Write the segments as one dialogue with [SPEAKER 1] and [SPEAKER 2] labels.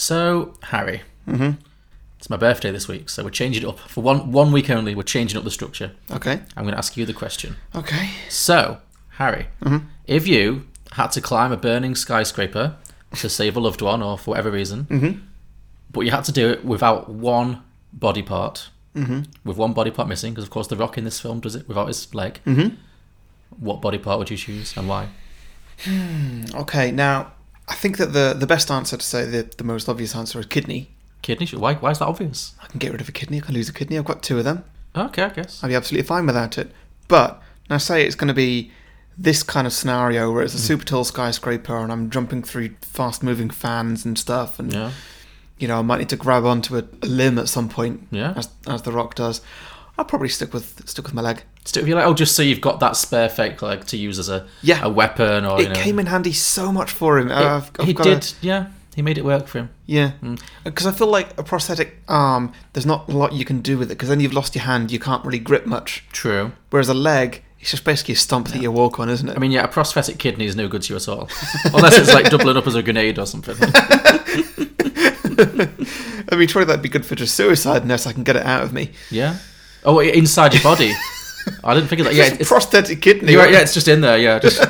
[SPEAKER 1] So, Harry, it's my birthday this week, so we're changing it up. For one, one week only, we're changing up the structure.
[SPEAKER 2] Okay.
[SPEAKER 1] I'm going to ask you the question.
[SPEAKER 2] Okay.
[SPEAKER 1] So, Harry, if you had to climb a burning skyscraper to save a loved one or for whatever reason, but you had to do it without one body part, with one body part missing, because of course The Rock in this film does it without his leg, what body part would you choose and why?
[SPEAKER 2] Okay. Now, I think that the the best answer to say the the most obvious answer is kidney.
[SPEAKER 1] Kidney? Why, why is that obvious?
[SPEAKER 2] I can get rid of a kidney. I can lose a kidney. I've got two of them.
[SPEAKER 1] Okay, I guess.
[SPEAKER 2] I'd be absolutely fine without it. But now, say it's going to be this kind of scenario where it's
[SPEAKER 1] Mm.
[SPEAKER 2] a super tall skyscraper and I'm jumping through fast moving fans and stuff, and
[SPEAKER 1] Yeah.
[SPEAKER 2] you know I might need to grab onto a, a limb at some point,
[SPEAKER 1] Yeah.
[SPEAKER 2] as as the Rock does. I'll probably stick with stick with my leg.
[SPEAKER 1] Still, if you're like, oh, just so you've got that spare fake leg to use as a
[SPEAKER 2] Yeah.
[SPEAKER 1] a weapon or you
[SPEAKER 2] It
[SPEAKER 1] Oh, know,
[SPEAKER 2] came in handy so much for him.
[SPEAKER 1] It-
[SPEAKER 2] I've, I've
[SPEAKER 1] he
[SPEAKER 2] got
[SPEAKER 1] did,
[SPEAKER 2] A,
[SPEAKER 1] yeah. He made it work for him. Mm,
[SPEAKER 2] yeah, because I feel like a prosthetic arm. There's not a lot you can do with it because then you've lost your hand. You can't really grip much.
[SPEAKER 1] True.
[SPEAKER 2] Whereas a leg, it's just basically a stump that you walk on, isn't it?
[SPEAKER 1] I mean, yeah, a prosthetic kidney is no good to you at all, unless it's like doubling up as a grenade or something.
[SPEAKER 2] I mean, surely that'd be good for just suicide unless I can get it out of me.
[SPEAKER 1] Yeah. Oh, i- inside your body. I didn't think of that. Yeah,
[SPEAKER 2] It's
[SPEAKER 1] it's,
[SPEAKER 2] prosthetic kidney.
[SPEAKER 1] you're right, yeah, it's just in there. Yeah. Just.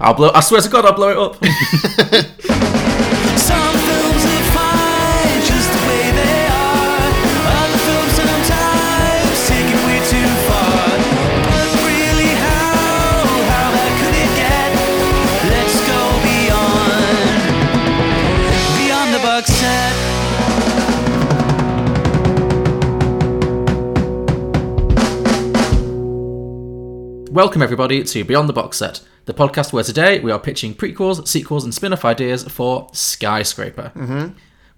[SPEAKER 1] I'll blow. I swear to God, I'll blow it up.
[SPEAKER 3] Some films are fine just the way they are. Other films sometimes take it way too far. But really, how how bad could it get? Let's go beyond beyond the box set.
[SPEAKER 1] Welcome everybody to Beyond the Box Set, the podcast where today we are pitching prequels, sequels, and spin-off ideas for Skyscraper. Mm-hmm.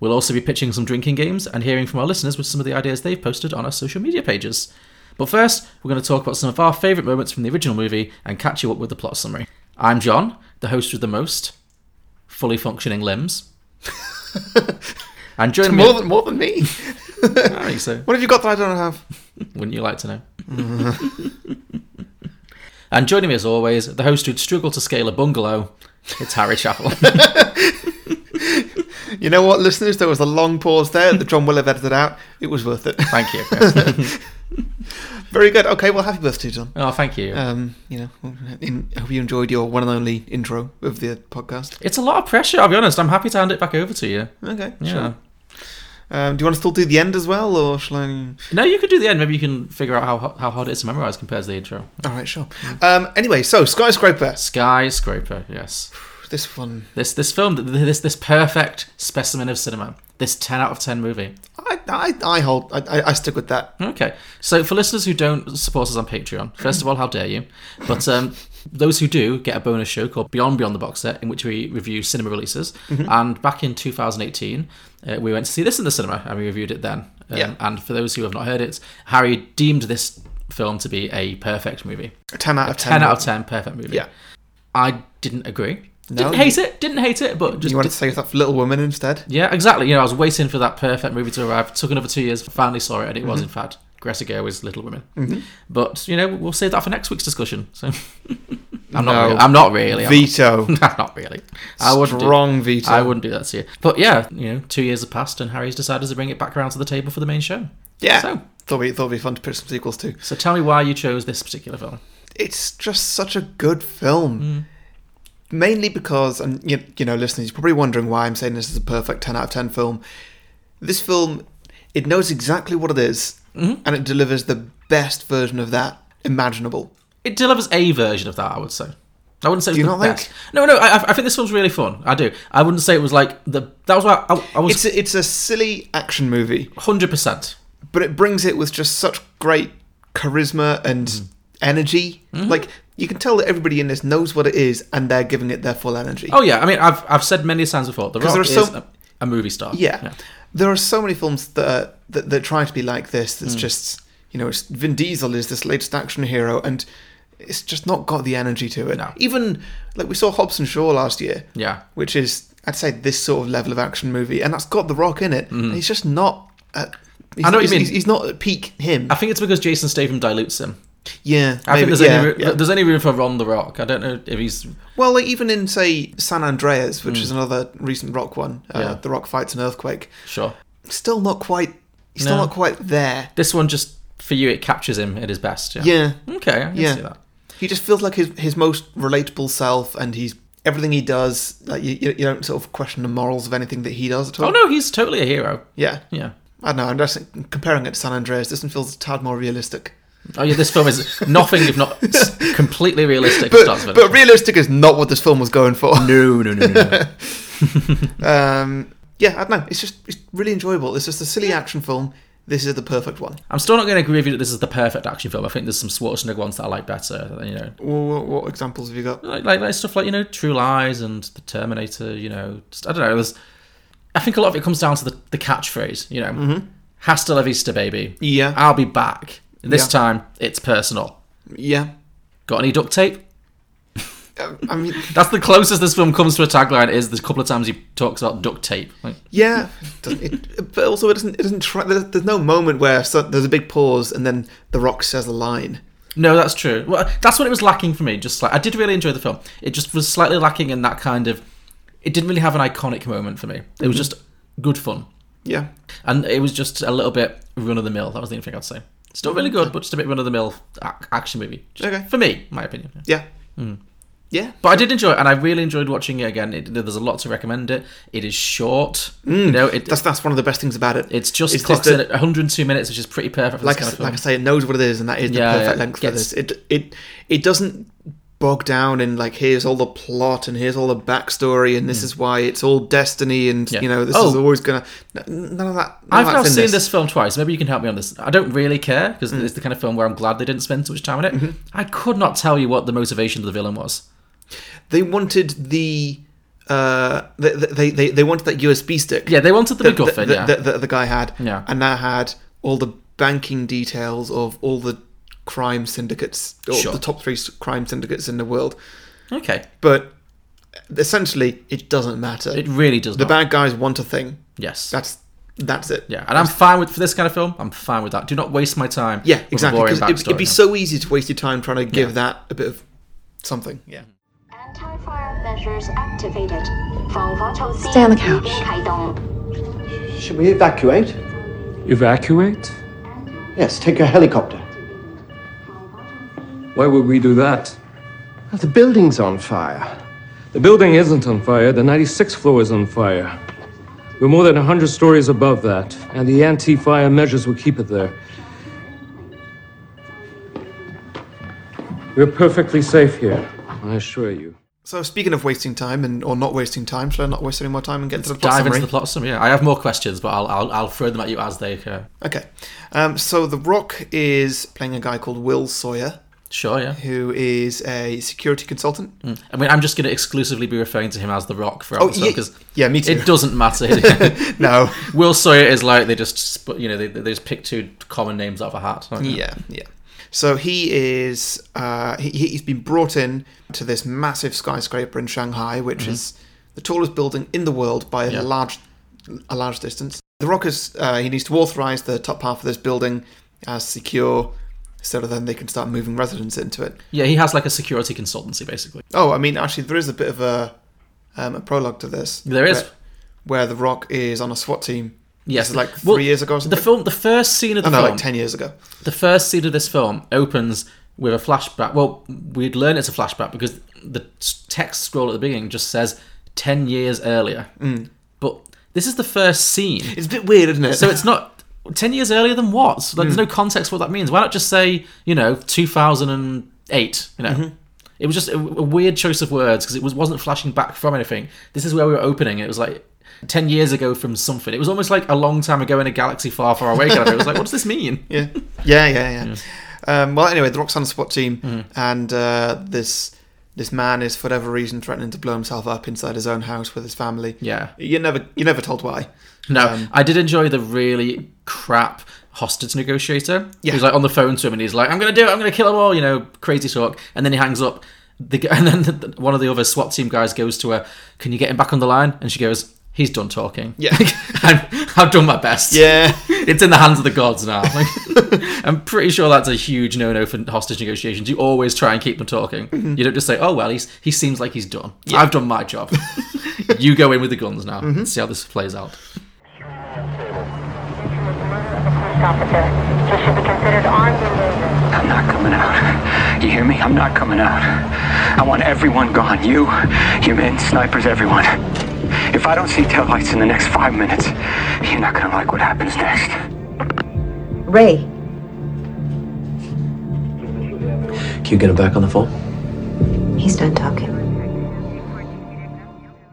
[SPEAKER 1] We'll also be pitching some drinking games and hearing from our listeners with some of the ideas they've posted on our social media pages. But first, we're going to talk about some of our favourite moments from the original movie and catch you up with the plot summary. I'm John, the host with the most fully functioning limbs. and joining
[SPEAKER 2] More
[SPEAKER 1] me, Ah,
[SPEAKER 2] than more than me.
[SPEAKER 1] I think so.
[SPEAKER 2] What have you got that I don't have?
[SPEAKER 1] Wouldn't you like to know? and joining me as always, the host who'd struggle to scale a bungalow, it's Harry Chappell.
[SPEAKER 2] You know what, listeners? There was a long pause there that John will have edited out. It was worth it.
[SPEAKER 1] thank you.
[SPEAKER 2] Very good. Okay, well, happy birthday, John.
[SPEAKER 1] Oh, thank you.
[SPEAKER 2] Um, you know, in, I hope you enjoyed your one and only intro of the podcast.
[SPEAKER 1] it's a lot of pressure, I'll be honest. I'm happy to hand it back over to you.
[SPEAKER 2] Okay,
[SPEAKER 1] Yeah.
[SPEAKER 2] sure. Um, do you want to still do the end as well, or shall I?
[SPEAKER 1] No, you could do the end. Maybe you can figure out how, ho- how hard it is to memorize compared to the intro.
[SPEAKER 2] All right, sure. Um, anyway, so skyscraper.
[SPEAKER 1] Skyscraper, yes.
[SPEAKER 2] This one,
[SPEAKER 1] This this film, th- this this perfect specimen of cinema. This 10 out of 10 movie.
[SPEAKER 2] I, I, I hold. I, I- I stick with that.
[SPEAKER 1] Okay. So for listeners who don't support us on Patreon, first of all, how dare you? But um, those who do get a bonus show called Beyond Beyond the Box Set, in which we review cinema releases.
[SPEAKER 2] Mm-hmm.
[SPEAKER 1] And back in 2018, uh, we went to see this in the cinema and we reviewed it then. Um,
[SPEAKER 2] Yeah.
[SPEAKER 1] And for those who have not heard it, Harry deemed this film to be a perfect movie.
[SPEAKER 2] Ten out of ten.
[SPEAKER 1] 10, out of 10, perfect movie.
[SPEAKER 2] Yeah.
[SPEAKER 1] I didn't agree.
[SPEAKER 2] No,
[SPEAKER 1] didn't hate it. Didn't hate it, but just
[SPEAKER 2] You want to save that for Little Women instead?
[SPEAKER 1] yeah, exactly. You know, I was waiting for that perfect movie to arrive. Took another two years, finally saw it, and it was
[SPEAKER 2] Mm-hmm.
[SPEAKER 1] in fact Greta Gerwig's Little Women. But you know, we'll save that for next week's discussion. So I'm not.
[SPEAKER 2] No.
[SPEAKER 1] Really, I'm not really. I'm
[SPEAKER 2] Veto.
[SPEAKER 1] not, not really. I wouldn't. Do,
[SPEAKER 2] Strong veto.
[SPEAKER 1] I wouldn't do that to you. But yeah, you know, two years have passed, and Harry's decided to bring it back around to the table for the main show.
[SPEAKER 2] Yeah.
[SPEAKER 1] So-
[SPEAKER 2] Thought we thought it'd be fun to put some sequels to.
[SPEAKER 1] So tell me why you chose this particular film.
[SPEAKER 2] It's just such a good
[SPEAKER 1] Mm.
[SPEAKER 2] film. Mainly because, and you, you know, listeners, you're probably wondering why I'm saying this is a perfect 10 out of 10 film. This film, it knows exactly what it is, and it delivers the best version of that imaginable.
[SPEAKER 1] It delivers a version of that, I would say. I wouldn't say it was
[SPEAKER 2] Do you
[SPEAKER 1] the
[SPEAKER 2] not think?
[SPEAKER 1] best. No, no. I, I think this film's really fun. I do. I wouldn't say it was like the. That was why I, I was
[SPEAKER 2] It's a, it's a silly action movie,
[SPEAKER 1] hundred percent.
[SPEAKER 2] but it brings it with just such great charisma and
[SPEAKER 1] Mm.
[SPEAKER 2] energy.
[SPEAKER 1] Mm-hmm.
[SPEAKER 2] Like, you can tell that everybody in this knows what it is, and they're giving it their full energy.
[SPEAKER 1] Oh yeah, I mean, I've I've said many times before, The Rock
[SPEAKER 2] there are
[SPEAKER 1] is
[SPEAKER 2] so-
[SPEAKER 1] a, a movie star.
[SPEAKER 2] Yeah. There are so many films that, are, that that try to be like this.
[SPEAKER 1] Mm.
[SPEAKER 2] That's just you know, it's, Vin Diesel is this latest action hero, and it's just not got the energy to it.
[SPEAKER 1] No.
[SPEAKER 2] Even like we saw Hobbs and Shaw last year,
[SPEAKER 1] yeah,
[SPEAKER 2] which is I'd say this sort of level of action movie, and that's got The Rock in it. And he's just not. At, he's,
[SPEAKER 1] Mm-hmm. I know what you
[SPEAKER 2] he's-
[SPEAKER 1] mean.
[SPEAKER 2] He's, he's not at peak him.
[SPEAKER 1] I think it's because Jason Statham dilutes him.
[SPEAKER 2] Yeah,
[SPEAKER 1] I
[SPEAKER 2] maybe-
[SPEAKER 1] think there's
[SPEAKER 2] yeah,
[SPEAKER 1] any
[SPEAKER 2] yeah.
[SPEAKER 1] there's any room for Ron the Rock. I don't know if he's
[SPEAKER 2] Well, like, even in say San Andreas, which is another recent rock one, uh,
[SPEAKER 1] Yeah.
[SPEAKER 2] the rock fights an earthquake.
[SPEAKER 1] sure.
[SPEAKER 2] Still not quite. He's
[SPEAKER 1] No.
[SPEAKER 2] still not quite there.
[SPEAKER 1] This one just for you, it captures him at his best. Yeah.
[SPEAKER 2] Yeah,
[SPEAKER 1] Okay. I can
[SPEAKER 2] Yeah.
[SPEAKER 1] see that.
[SPEAKER 2] he just feels like his his most relatable self, and he's everything he does. Like you, you don't sort of question the morals of anything that he does at all.
[SPEAKER 1] Oh no, he's totally a hero.
[SPEAKER 2] Yeah,
[SPEAKER 1] Yeah.
[SPEAKER 2] I don't know. I'm just comparing it to San Andreas. This one feels a tad more realistic.
[SPEAKER 1] Oh yeah, this film is nothing if not s- completely realistic. from start to
[SPEAKER 2] But,
[SPEAKER 1] finish.
[SPEAKER 2] but realistic is not what this film was going for.
[SPEAKER 1] no, no, no, no. no.
[SPEAKER 2] Um, yeah, I don't know. It's just it's really enjoyable. It's just a silly action film. This is the perfect one.
[SPEAKER 1] I'm still not going to agree with you that this is the perfect action film. I think there's some Schwarzenegger ones that I like better. You know,
[SPEAKER 2] What, what examples have you got?
[SPEAKER 1] like, like, like stuff like you know True Lies and The Terminator. You know, just, I don't know. There's, I think a lot of it comes down to the, the catchphrase. You know, "Hasta la vista, baby."
[SPEAKER 2] Yeah.
[SPEAKER 1] I'll be back. This
[SPEAKER 2] Yeah.
[SPEAKER 1] time, it's personal.
[SPEAKER 2] Yeah.
[SPEAKER 1] Got any duct tape?
[SPEAKER 2] Uh, I mean,
[SPEAKER 1] That's the closest this film comes to a tagline. Is there's a couple of times he talks about duct tape. Like,
[SPEAKER 2] yeah, doesn't it, but also it doesn't. It doesn't try. There's, there's no moment where so, there's a big pause and then The Rock says a line.
[SPEAKER 1] no, that's true. Well, that's what it was lacking for me. Just like I did really enjoy the film. It just was slightly lacking in that kind of. It didn't really have an iconic moment for me. It was just good fun,
[SPEAKER 2] Yeah,
[SPEAKER 1] and it was just a little bit run of the mill. That was the only thing I'd say. Still really good, but just a bit run of the mill action movie. Just
[SPEAKER 2] Okay.
[SPEAKER 1] For me, my opinion. yeah.
[SPEAKER 2] yeah,
[SPEAKER 1] Hmm.
[SPEAKER 2] yeah.
[SPEAKER 1] But I did enjoy it, and I really enjoyed watching it again. It, there's a lot to recommend it. It is short. you know, it,
[SPEAKER 2] That's that's one of the best things about it.
[SPEAKER 1] It's just
[SPEAKER 2] It's
[SPEAKER 1] clocks
[SPEAKER 2] just
[SPEAKER 1] in
[SPEAKER 2] a-
[SPEAKER 1] at 102 minutes, which is pretty perfect for
[SPEAKER 2] like
[SPEAKER 1] this
[SPEAKER 2] I,
[SPEAKER 1] kind of film.
[SPEAKER 2] like I say, it knows what it is, and that is the
[SPEAKER 1] Yeah,
[SPEAKER 2] perfect
[SPEAKER 1] yeah,
[SPEAKER 2] length
[SPEAKER 1] gets-
[SPEAKER 2] for this. It it it doesn't bog down in like here's all the plot and here's all the backstory and this is why it's all destiny and
[SPEAKER 1] Hmm. Yeah.
[SPEAKER 2] you know this is
[SPEAKER 1] Oh.
[SPEAKER 2] always gonna n- none of that. None
[SPEAKER 1] I've
[SPEAKER 2] of
[SPEAKER 1] now
[SPEAKER 2] that's in
[SPEAKER 1] seen this. Mm. film twice. Maybe you can help me on this. I don't really care because it's the kind of film where I'm glad they didn't spend too much time on it. I could not tell you what the motivation of the villain was.
[SPEAKER 2] They wanted the. Uh, they, they they they wanted that USB stick.
[SPEAKER 1] Yeah, they wanted the
[SPEAKER 2] that,
[SPEAKER 1] MacGuffin.
[SPEAKER 2] that,
[SPEAKER 1] yeah,
[SPEAKER 2] that- that the guy had,
[SPEAKER 1] Yeah.
[SPEAKER 2] and that had all the banking details of all the crime syndicates, or
[SPEAKER 1] Sure.
[SPEAKER 2] the top three s- crime syndicates in the world.
[SPEAKER 1] okay,
[SPEAKER 2] But essentially, it doesn't matter.
[SPEAKER 1] it really does.
[SPEAKER 2] the
[SPEAKER 1] not.
[SPEAKER 2] bad guys want a thing.
[SPEAKER 1] yes,
[SPEAKER 2] That's that's it.
[SPEAKER 1] yeah, and I'm fine with for this kind of film. I'm fine with that. Do not waste my time.
[SPEAKER 2] yeah,
[SPEAKER 1] with a
[SPEAKER 2] exactly.
[SPEAKER 1] boring
[SPEAKER 2] 'cause it'd, it'd
[SPEAKER 1] backstory.
[SPEAKER 2] be so easy to waste your time trying to give
[SPEAKER 1] Yeah.
[SPEAKER 2] that a bit of something. Yeah.
[SPEAKER 4] Anti-fire measures activated.
[SPEAKER 5] Stay on the couch.
[SPEAKER 6] Should we evacuate?
[SPEAKER 7] Evacuate?
[SPEAKER 6] Yes, take a helicopter.
[SPEAKER 7] Why would we do that?
[SPEAKER 6] Oh, The building's on fire.
[SPEAKER 7] The building isn't on fire, the 96th floor is on fire. We're more than 100 stories above that, and the anti fire measures will keep it there. We're perfectly safe here, I assure you.
[SPEAKER 2] So speaking of wasting time and or not wasting time, should I not waste any more time and get into the plot
[SPEAKER 1] Dive
[SPEAKER 2] summary?
[SPEAKER 1] into the plot summary. Yeah, I have more questions, but I'll, I'll I'll throw them at you as they occur.
[SPEAKER 2] Okay. Um, so The Rock is playing a guy called Will Sawyer,
[SPEAKER 1] Sure, yeah.
[SPEAKER 2] who is a security consultant.
[SPEAKER 1] I mean, I'm just going to exclusively be referring to him as the Rock for
[SPEAKER 2] Oh,
[SPEAKER 1] because
[SPEAKER 2] yeah, yeah, me too.
[SPEAKER 1] It doesn't matter.
[SPEAKER 2] No.
[SPEAKER 1] Will Sawyer is like they just sp- you know they, they just pick two common names out of a hat. don't they?
[SPEAKER 2] yeah, yeah. So he is uh, he, he's been brought in to this massive skyscraper in Shanghai, which is the tallest building in the world by a
[SPEAKER 1] Yeah.
[SPEAKER 2] large a large distance. The Rock is uh, he needs to authorize the top half of this building as secure, so that then they can start moving residents into it.
[SPEAKER 1] yeah. He has like a security consultancy basically.
[SPEAKER 2] Oh, I mean, actually, there is a bit of a um, a prologue to this.
[SPEAKER 1] There is.
[SPEAKER 2] where, where the Rock is on a SWAT team.
[SPEAKER 1] Yes,
[SPEAKER 2] This is like three
[SPEAKER 1] Well,
[SPEAKER 2] years ago. Or something.
[SPEAKER 1] The film, the first scene of
[SPEAKER 2] Oh,
[SPEAKER 1] the
[SPEAKER 2] no,
[SPEAKER 1] film,
[SPEAKER 2] like ten years ago.
[SPEAKER 1] the first scene of this film opens with a flashback. Well, we'd learn it's a flashback because the s- text scroll at the beginning just says ten years earlier. But this is the first scene.
[SPEAKER 2] It's a bit weird, isn't it?
[SPEAKER 1] So it's not ten years earlier than what? So There's no context for what that means. Why not just say you know two thousand and eight? You know, it was just a, a weird choice of words because it was wasn't flashing back from anything. This is where we were opening. It was like. 10 years ago from something. It was almost like a long time ago in a galaxy far, far away. Kind of. thing. It was like, what does this mean?
[SPEAKER 2] yeah, yeah, yeah, yeah. Um, well, anyway, the Rock's on a SWAT team,
[SPEAKER 1] Mm.
[SPEAKER 2] and uh, this this man is for whatever reason threatening to blow himself up inside his own house with his family.
[SPEAKER 1] Yeah.
[SPEAKER 2] you're never you're never told why.
[SPEAKER 1] No,
[SPEAKER 2] Um,
[SPEAKER 1] I did enjoy the really crap hostage negotiator.
[SPEAKER 2] Yeah.
[SPEAKER 1] He's like on the phone to him and he's like, I'm going to do it, I'm going to kill them all, you know, crazy talk. And then he hangs up. The, g- and then the, one of the other SWAT team guys goes to her, Can you get him back on the line? And she goes, he's done talking.
[SPEAKER 2] Yeah.
[SPEAKER 1] I've, I've done my best.
[SPEAKER 2] Yeah.
[SPEAKER 1] It's in the hands of the gods now. Like, I'm pretty sure that's a huge no-no for hostage negotiations. You always try and keep them talking.
[SPEAKER 2] Mm-hmm.
[SPEAKER 1] You don't just say, "Oh well, he's he seems like he's done. I've done my job." you go in with the guns now.
[SPEAKER 2] Mm-hmm.
[SPEAKER 1] and See how this plays out.
[SPEAKER 8] officer. This should be considered armed and dangerous.
[SPEAKER 9] I'm not coming out. You hear me? I'm not coming out. I want everyone gone. You, your men, snipers, everyone. If I don't see taillights in the next five minutes, you're not gonna like what happens next.
[SPEAKER 10] Ray,
[SPEAKER 9] Can you get him back on the phone?
[SPEAKER 10] he's done talking.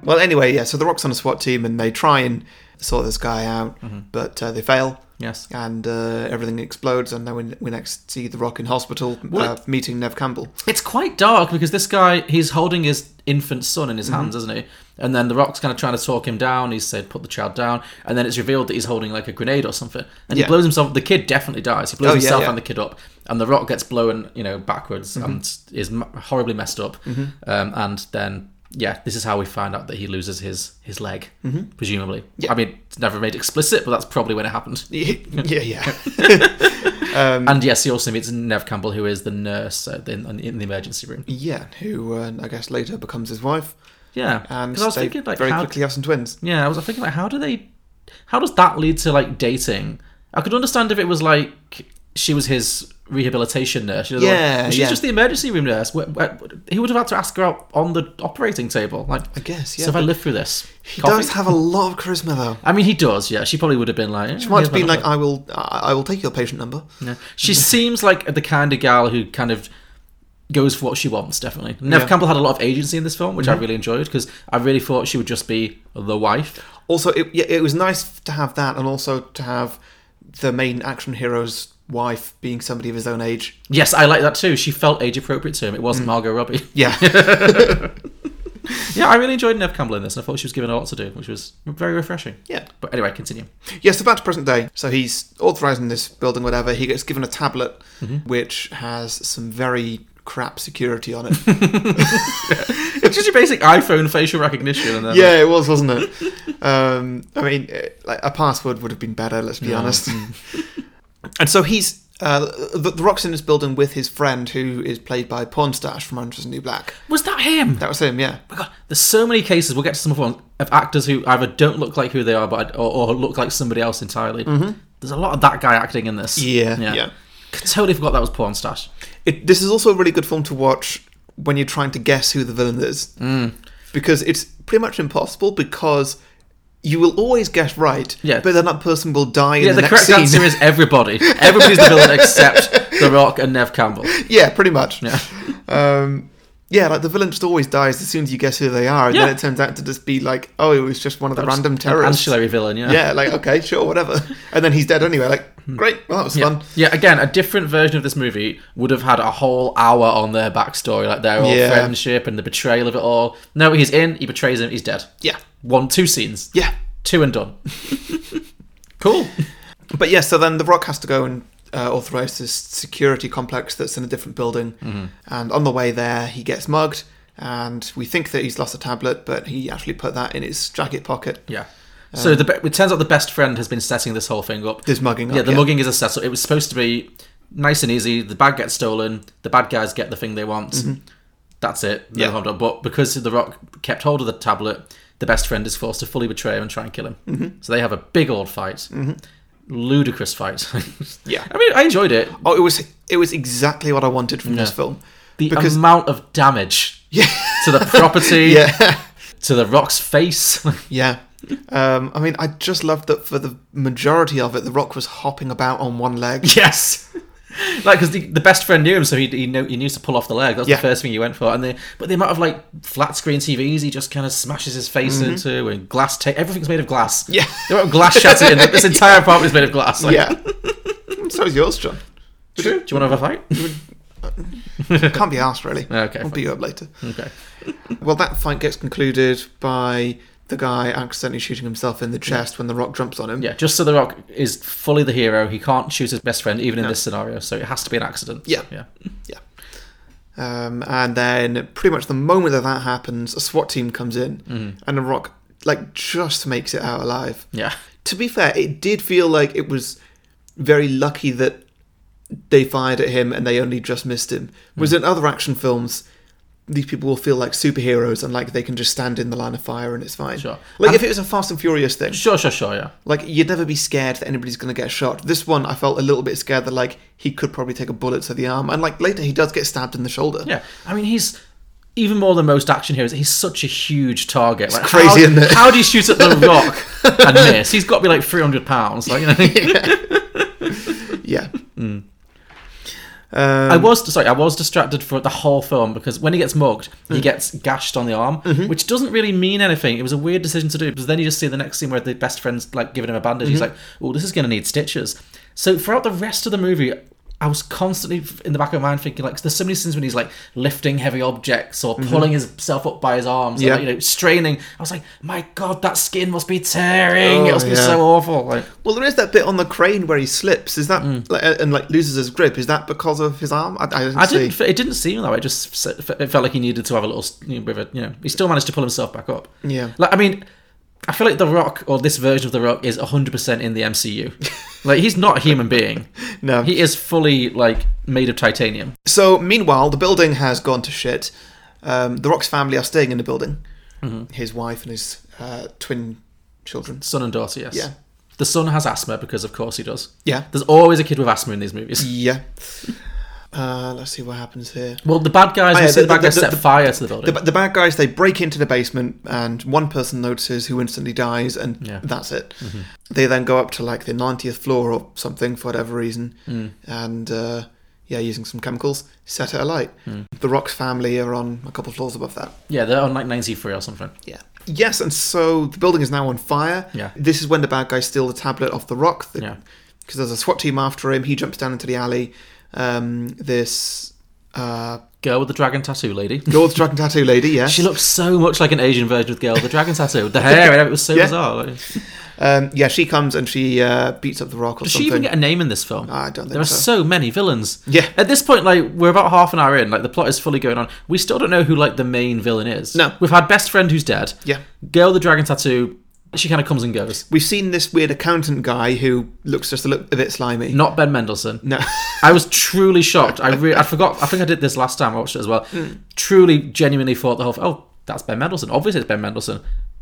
[SPEAKER 2] Well, anyway, yeah. So the Rock's on a SWAT team, and they try and sort this guy out,
[SPEAKER 1] Mm-hmm.
[SPEAKER 2] but uh, they fail.
[SPEAKER 1] Yes.
[SPEAKER 2] And uh, everything explodes, and then we, we next see the Rock in hospital uh, meeting Nev Campbell.
[SPEAKER 1] It's quite dark because this guy he's holding his infant son in
[SPEAKER 2] Mm-hmm.
[SPEAKER 1] his hands, isn't he? And then the rock's kind of trying to talk him down. He's said, "Put the child down," and then it's revealed that he's holding like a grenade or something. And
[SPEAKER 2] Yeah.
[SPEAKER 1] he blows himself. The kid definitely dies. He blows
[SPEAKER 2] Oh, yeah,
[SPEAKER 1] himself
[SPEAKER 2] yeah. Mm-hmm.
[SPEAKER 1] and the kid up, and the rock gets blown, you know, backwards and is m- horribly messed up. Um, and then yeah, this is how we find out that he loses his his leg,
[SPEAKER 2] Mm-hmm.
[SPEAKER 1] presumably. I mean, it's never made explicit, but that's probably when it happened.
[SPEAKER 2] yeah, yeah.
[SPEAKER 1] And yes, he also meets Nev Campbell, who is the nurse uh, in, in the emergency room.
[SPEAKER 2] Yeah, who uh, I guess later becomes his wife,
[SPEAKER 1] Yeah,
[SPEAKER 2] and
[SPEAKER 1] because I was
[SPEAKER 2] they
[SPEAKER 1] thinking like
[SPEAKER 2] very
[SPEAKER 1] how,
[SPEAKER 2] quickly have some twins.
[SPEAKER 1] Yeah, I was thinking like, how do they, how does that lead to like dating? I could understand if it was like she was his rehabilitation nurse. She was like-
[SPEAKER 2] Yeah,
[SPEAKER 1] she's
[SPEAKER 2] yeah.
[SPEAKER 1] just the emergency room nurse. Wh- wh- he would have had to ask her out on the operating table. Like,
[SPEAKER 2] I guess, yeah,
[SPEAKER 1] So if I
[SPEAKER 2] but
[SPEAKER 1] live through this,
[SPEAKER 2] He
[SPEAKER 1] coffee-
[SPEAKER 2] does have a lot of charisma, though.
[SPEAKER 1] I mean, he does. Yeah, she probably would have been like.
[SPEAKER 2] She might have been like, "I will, I I will take your patient number."
[SPEAKER 1] She seems like the kind of gal who kind of goes for what she wants, definitely. Nev
[SPEAKER 2] Yeah. Mm-hmm.
[SPEAKER 1] Campbell had a lot of agency in this film, which I really enjoyed because I really thought she would just be the wife.
[SPEAKER 2] Also, it, yeah, it was nice to have that, and also to have the main action hero's wife being somebody of his own age.
[SPEAKER 1] Yes, I like that too. She felt age appropriate to him. It wasn't Margot Robbie.
[SPEAKER 2] Yeah,
[SPEAKER 1] yeah, I really enjoyed Nev Campbell in this, and I thought she was given a lot to do, which was very refreshing.
[SPEAKER 2] Yeah.
[SPEAKER 1] But anyway, continue.
[SPEAKER 2] Yes, so back to present day. So he's authorizing this building, whatever. He gets given a tablet which has some very crap security on it.
[SPEAKER 1] It's just your basic iPhone facial recognition, and then like,
[SPEAKER 2] yeah, it was, wasn't it? um, I mean, eh, like a password would have been better. Let's be honest. Mm. and so he's uh, the, the Rock's in this building with his friend, who is played by Pornstash from Orange Is the New Black.
[SPEAKER 1] was that him?
[SPEAKER 2] That was him. Yeah.
[SPEAKER 1] Oh my God, there's so many cases. We'll get to some of them of actors who either don't look like who they are, but or, or look like somebody else entirely. There's a lot of that guy acting in this.
[SPEAKER 2] Yeah, yeah.
[SPEAKER 1] Totally forgot that was porn stash.
[SPEAKER 2] It, this is also a really good film to watch when you're trying to guess who the villain is,
[SPEAKER 1] Mm.
[SPEAKER 2] because it's pretty much impossible because. You will always guess right,
[SPEAKER 1] Yeah.
[SPEAKER 2] but then that person will die in
[SPEAKER 1] Yeah,
[SPEAKER 2] the,
[SPEAKER 1] the,
[SPEAKER 2] next
[SPEAKER 1] correct
[SPEAKER 2] scene.
[SPEAKER 1] answer is everybody. Everybody's the villain except The Rock and Nev Campbell.
[SPEAKER 2] yeah, pretty much.
[SPEAKER 1] Yeah.
[SPEAKER 2] Um, yeah, like the villain just always dies as soon as you guess who they are, and
[SPEAKER 1] Yeah.
[SPEAKER 2] then it turns out to just be like, oh, it was just one of the random terrorists.
[SPEAKER 1] Ancillary villain, yeah. Hmm.
[SPEAKER 2] Yeah, like okay, sure, whatever. And then he's dead anyway. Like, great, well that was
[SPEAKER 1] Yeah.
[SPEAKER 2] fun.
[SPEAKER 1] yeah, again, a different version of this movie would have had a whole hour on their backstory, like their old
[SPEAKER 2] Yeah.
[SPEAKER 1] friendship and the betrayal of it all. No, he's in, he betrays him, he's dead.
[SPEAKER 2] Yeah,
[SPEAKER 1] One, two scenes.
[SPEAKER 2] yeah.
[SPEAKER 1] Two and done. cool.
[SPEAKER 2] But yeah, so then the Rock has to go and uh, authorize this security complex that's in a different building.
[SPEAKER 1] Mm-hmm.
[SPEAKER 2] And on the way there, he gets mugged, and we think that he's lost a tablet, but he actually put that in his jacket pocket.
[SPEAKER 1] Yeah. So the be- it turns out the best friend has been setting this whole thing up.
[SPEAKER 2] Um, This mugging up,
[SPEAKER 1] Yeah, the
[SPEAKER 2] yeah.
[SPEAKER 1] mugging is a setup. It was supposed to be nice and easy. The bag gets stolen. The bad guys get the thing they want. That's it. No
[SPEAKER 2] Mm-hmm. Yeah.
[SPEAKER 1] harm done. But because the Rock kept hold of the tablet, the best friend is forced to fully betray him and try and kill him.
[SPEAKER 2] Mm-hmm.
[SPEAKER 1] So they have a big old fight. Ludicrous fight.
[SPEAKER 2] Yeah.
[SPEAKER 1] I mean, I enjoyed it.
[SPEAKER 2] Oh, it was it was exactly what I wanted from this
[SPEAKER 1] Yeah.
[SPEAKER 2] film.
[SPEAKER 1] The
[SPEAKER 2] because-
[SPEAKER 1] amount of damage to the property,
[SPEAKER 2] Yeah.
[SPEAKER 1] to the Rock's face.
[SPEAKER 2] Yeah. Um, I mean, I just loved that for the majority of it, The Rock was hopping about on one leg.
[SPEAKER 1] Yes. Like, because the, the best friend knew him, so he he knew, he knew to pull off the leg. That's
[SPEAKER 2] Yeah.
[SPEAKER 1] the first thing he went for. And the but the amount of like flat screen TVs he just kind of smashes his face into and glass tape. Everything's made of glass.
[SPEAKER 2] Mm-hmm. Yeah.
[SPEAKER 1] the amount of glass shattered in this entire apartment is made of glass. Like,
[SPEAKER 2] Yeah. so is yours, John.
[SPEAKER 1] true. Do you want to have a fight?
[SPEAKER 2] Can't be asked, really.
[SPEAKER 1] Okay,
[SPEAKER 2] I'll
[SPEAKER 1] fine.
[SPEAKER 2] beat you up later.
[SPEAKER 1] okay.
[SPEAKER 2] Well, that fight gets concluded by the guy accidentally shooting himself in the chest when The Rock jumps on him.
[SPEAKER 1] Yeah, just so the Rock is fully the hero, he can't shoot his best friend even in this scenario. So it has to be an accident.
[SPEAKER 2] Yeah.
[SPEAKER 1] yeah.
[SPEAKER 2] Yeah. Um, and then, pretty much the moment that that happens, a SWAT team comes in, and The Rock like just makes it out alive.
[SPEAKER 1] Mm-hmm. Yeah.
[SPEAKER 2] To be fair, it did feel like it was very lucky that they fired at him and they only just missed him. Whereas
[SPEAKER 1] Mm.
[SPEAKER 2] in other action films, these people will feel like superheroes and like they can just stand in the line of fire and it's fine.
[SPEAKER 1] Sure.
[SPEAKER 2] Like
[SPEAKER 1] And-
[SPEAKER 2] if it was a Fast and Furious thing,
[SPEAKER 1] Sure, sure, sure, yeah.
[SPEAKER 2] like you'd never be scared that anybody's going to get shot. This one, I felt a little bit scared that like he could probably take a bullet to the arm, and like later he does get stabbed in the shoulder.
[SPEAKER 1] Yeah, I mean, he's even more than most action heroes. He's such a huge target. It's
[SPEAKER 2] crazy,
[SPEAKER 1] how,
[SPEAKER 2] isn't it?
[SPEAKER 1] How do you shoot at the Rock and miss? He's got to be like three hundred pounds. Like, you know,
[SPEAKER 2] Yeah.
[SPEAKER 1] Hmm.
[SPEAKER 2] Uh,
[SPEAKER 1] I
[SPEAKER 2] Um,
[SPEAKER 1] was sorry, I was distracted for the whole film because when he gets mugged,
[SPEAKER 2] Mm.
[SPEAKER 1] he gets gashed on the arm,
[SPEAKER 2] Mm-hmm.
[SPEAKER 1] which doesn't really mean anything. It was a weird decision to do because then you just see the next scene where the best friend's like giving him a bandage.
[SPEAKER 2] Mm-hmm.
[SPEAKER 1] He's like, "Oh, this is going to need stitches." So throughout the rest of the movie. I was constantly in the back of my mind thinking, like, 'cause there's so many scenes when he's like lifting heavy objects or pulling himself up by his arms,
[SPEAKER 2] Mm-hmm. Yeah.
[SPEAKER 1] and, like, you know, straining. I was like, my god, that skin must be tearing.
[SPEAKER 2] Oh,
[SPEAKER 1] it must be
[SPEAKER 2] yeah.
[SPEAKER 1] so awful. Like,
[SPEAKER 2] Well, there is that bit on the crane where he slips. Is that
[SPEAKER 1] Hmm.
[SPEAKER 2] like, and like loses his grip? Is that because of his arm? I, I didn't
[SPEAKER 1] I
[SPEAKER 2] see.
[SPEAKER 1] didn't. fe- It didn't seem that way. It just se- fe- it felt like he needed to have a little you know, bit of a- you know. He still managed to pull himself back up.
[SPEAKER 2] Yeah.
[SPEAKER 1] Like I mean, I feel like the Rock or this version of the Rock is hundred percent in the MCU. like he's not a human being.
[SPEAKER 2] No.
[SPEAKER 1] He is fully like made of titanium.
[SPEAKER 2] So meanwhile, the building has gone to shit. Um, the Rock's family are staying in the building.
[SPEAKER 1] Mm-hmm.
[SPEAKER 2] His wife and his uh, twin children.
[SPEAKER 1] Son and daughter. Yes.
[SPEAKER 2] Yeah.
[SPEAKER 1] The son has asthma because of course he does.
[SPEAKER 2] Yeah.
[SPEAKER 1] There's always a kid with asthma in these movies.
[SPEAKER 2] Yeah. Uh, let's see what happens here.
[SPEAKER 1] Well, the bad guys.
[SPEAKER 2] Oh,
[SPEAKER 1] we
[SPEAKER 2] yeah,
[SPEAKER 1] see the,
[SPEAKER 2] the-
[SPEAKER 1] bad guys
[SPEAKER 2] the-
[SPEAKER 1] set
[SPEAKER 2] the-
[SPEAKER 1] fire to the building.
[SPEAKER 2] The, the bad guys they break into the basement, and one person notices who instantly dies, and
[SPEAKER 1] Yeah. Mm-hmm.
[SPEAKER 2] that's it. They then go up to like the 90th floor or something for whatever reason,
[SPEAKER 1] Mm.
[SPEAKER 2] and uh, yeah, using some chemicals, set it alight.
[SPEAKER 1] Mm.
[SPEAKER 2] The Rock's family are on a couple floors above that.
[SPEAKER 1] yeah, they're on like ninety three or something.
[SPEAKER 2] Yeah. Yes, and so the building is now on fire.
[SPEAKER 1] Yeah.
[SPEAKER 2] This is when the bad guys steal the tablet off the rock. The,
[SPEAKER 1] Yeah.
[SPEAKER 2] Because there's a SWAT team after him. He jumps down into the alley. Um, this uh,
[SPEAKER 1] Girl with the dragon tattoo, lady.
[SPEAKER 2] girl with the dragon tattoo lady, yeah.
[SPEAKER 1] She looked so much like an Asian version of Girl with the Dragon Tattoo. The hair, and everything, it was so
[SPEAKER 2] Yeah.
[SPEAKER 1] bizarre. Like,
[SPEAKER 2] Um, yeah, she comes and she uh, beats up the rock or
[SPEAKER 1] Does she
[SPEAKER 2] something.
[SPEAKER 1] even get a name in this film?
[SPEAKER 2] I don't think
[SPEAKER 1] There are
[SPEAKER 2] so.
[SPEAKER 1] so many villains.
[SPEAKER 2] Yeah.
[SPEAKER 1] At this point, like we're about half an hour in, like the plot is fully going on. We still don't know who like the main villain is.
[SPEAKER 2] No.
[SPEAKER 1] We've had best friend who's dead.
[SPEAKER 2] Yeah.
[SPEAKER 1] Girl with the dragon tattoo. She kind of comes and goes.
[SPEAKER 2] We've seen this weird accountant guy who looks just a, look, a bit slimy.
[SPEAKER 1] Not Ben Mendelsohn.
[SPEAKER 2] No.
[SPEAKER 1] I was truly shocked. I re- I forgot. I think I did this last time. I watched it as well.
[SPEAKER 2] Hmm.
[SPEAKER 1] Truly, genuinely thought the whole. Oh, that's Ben Mendelsohn. Obviously, it's Ben Mendelsohn.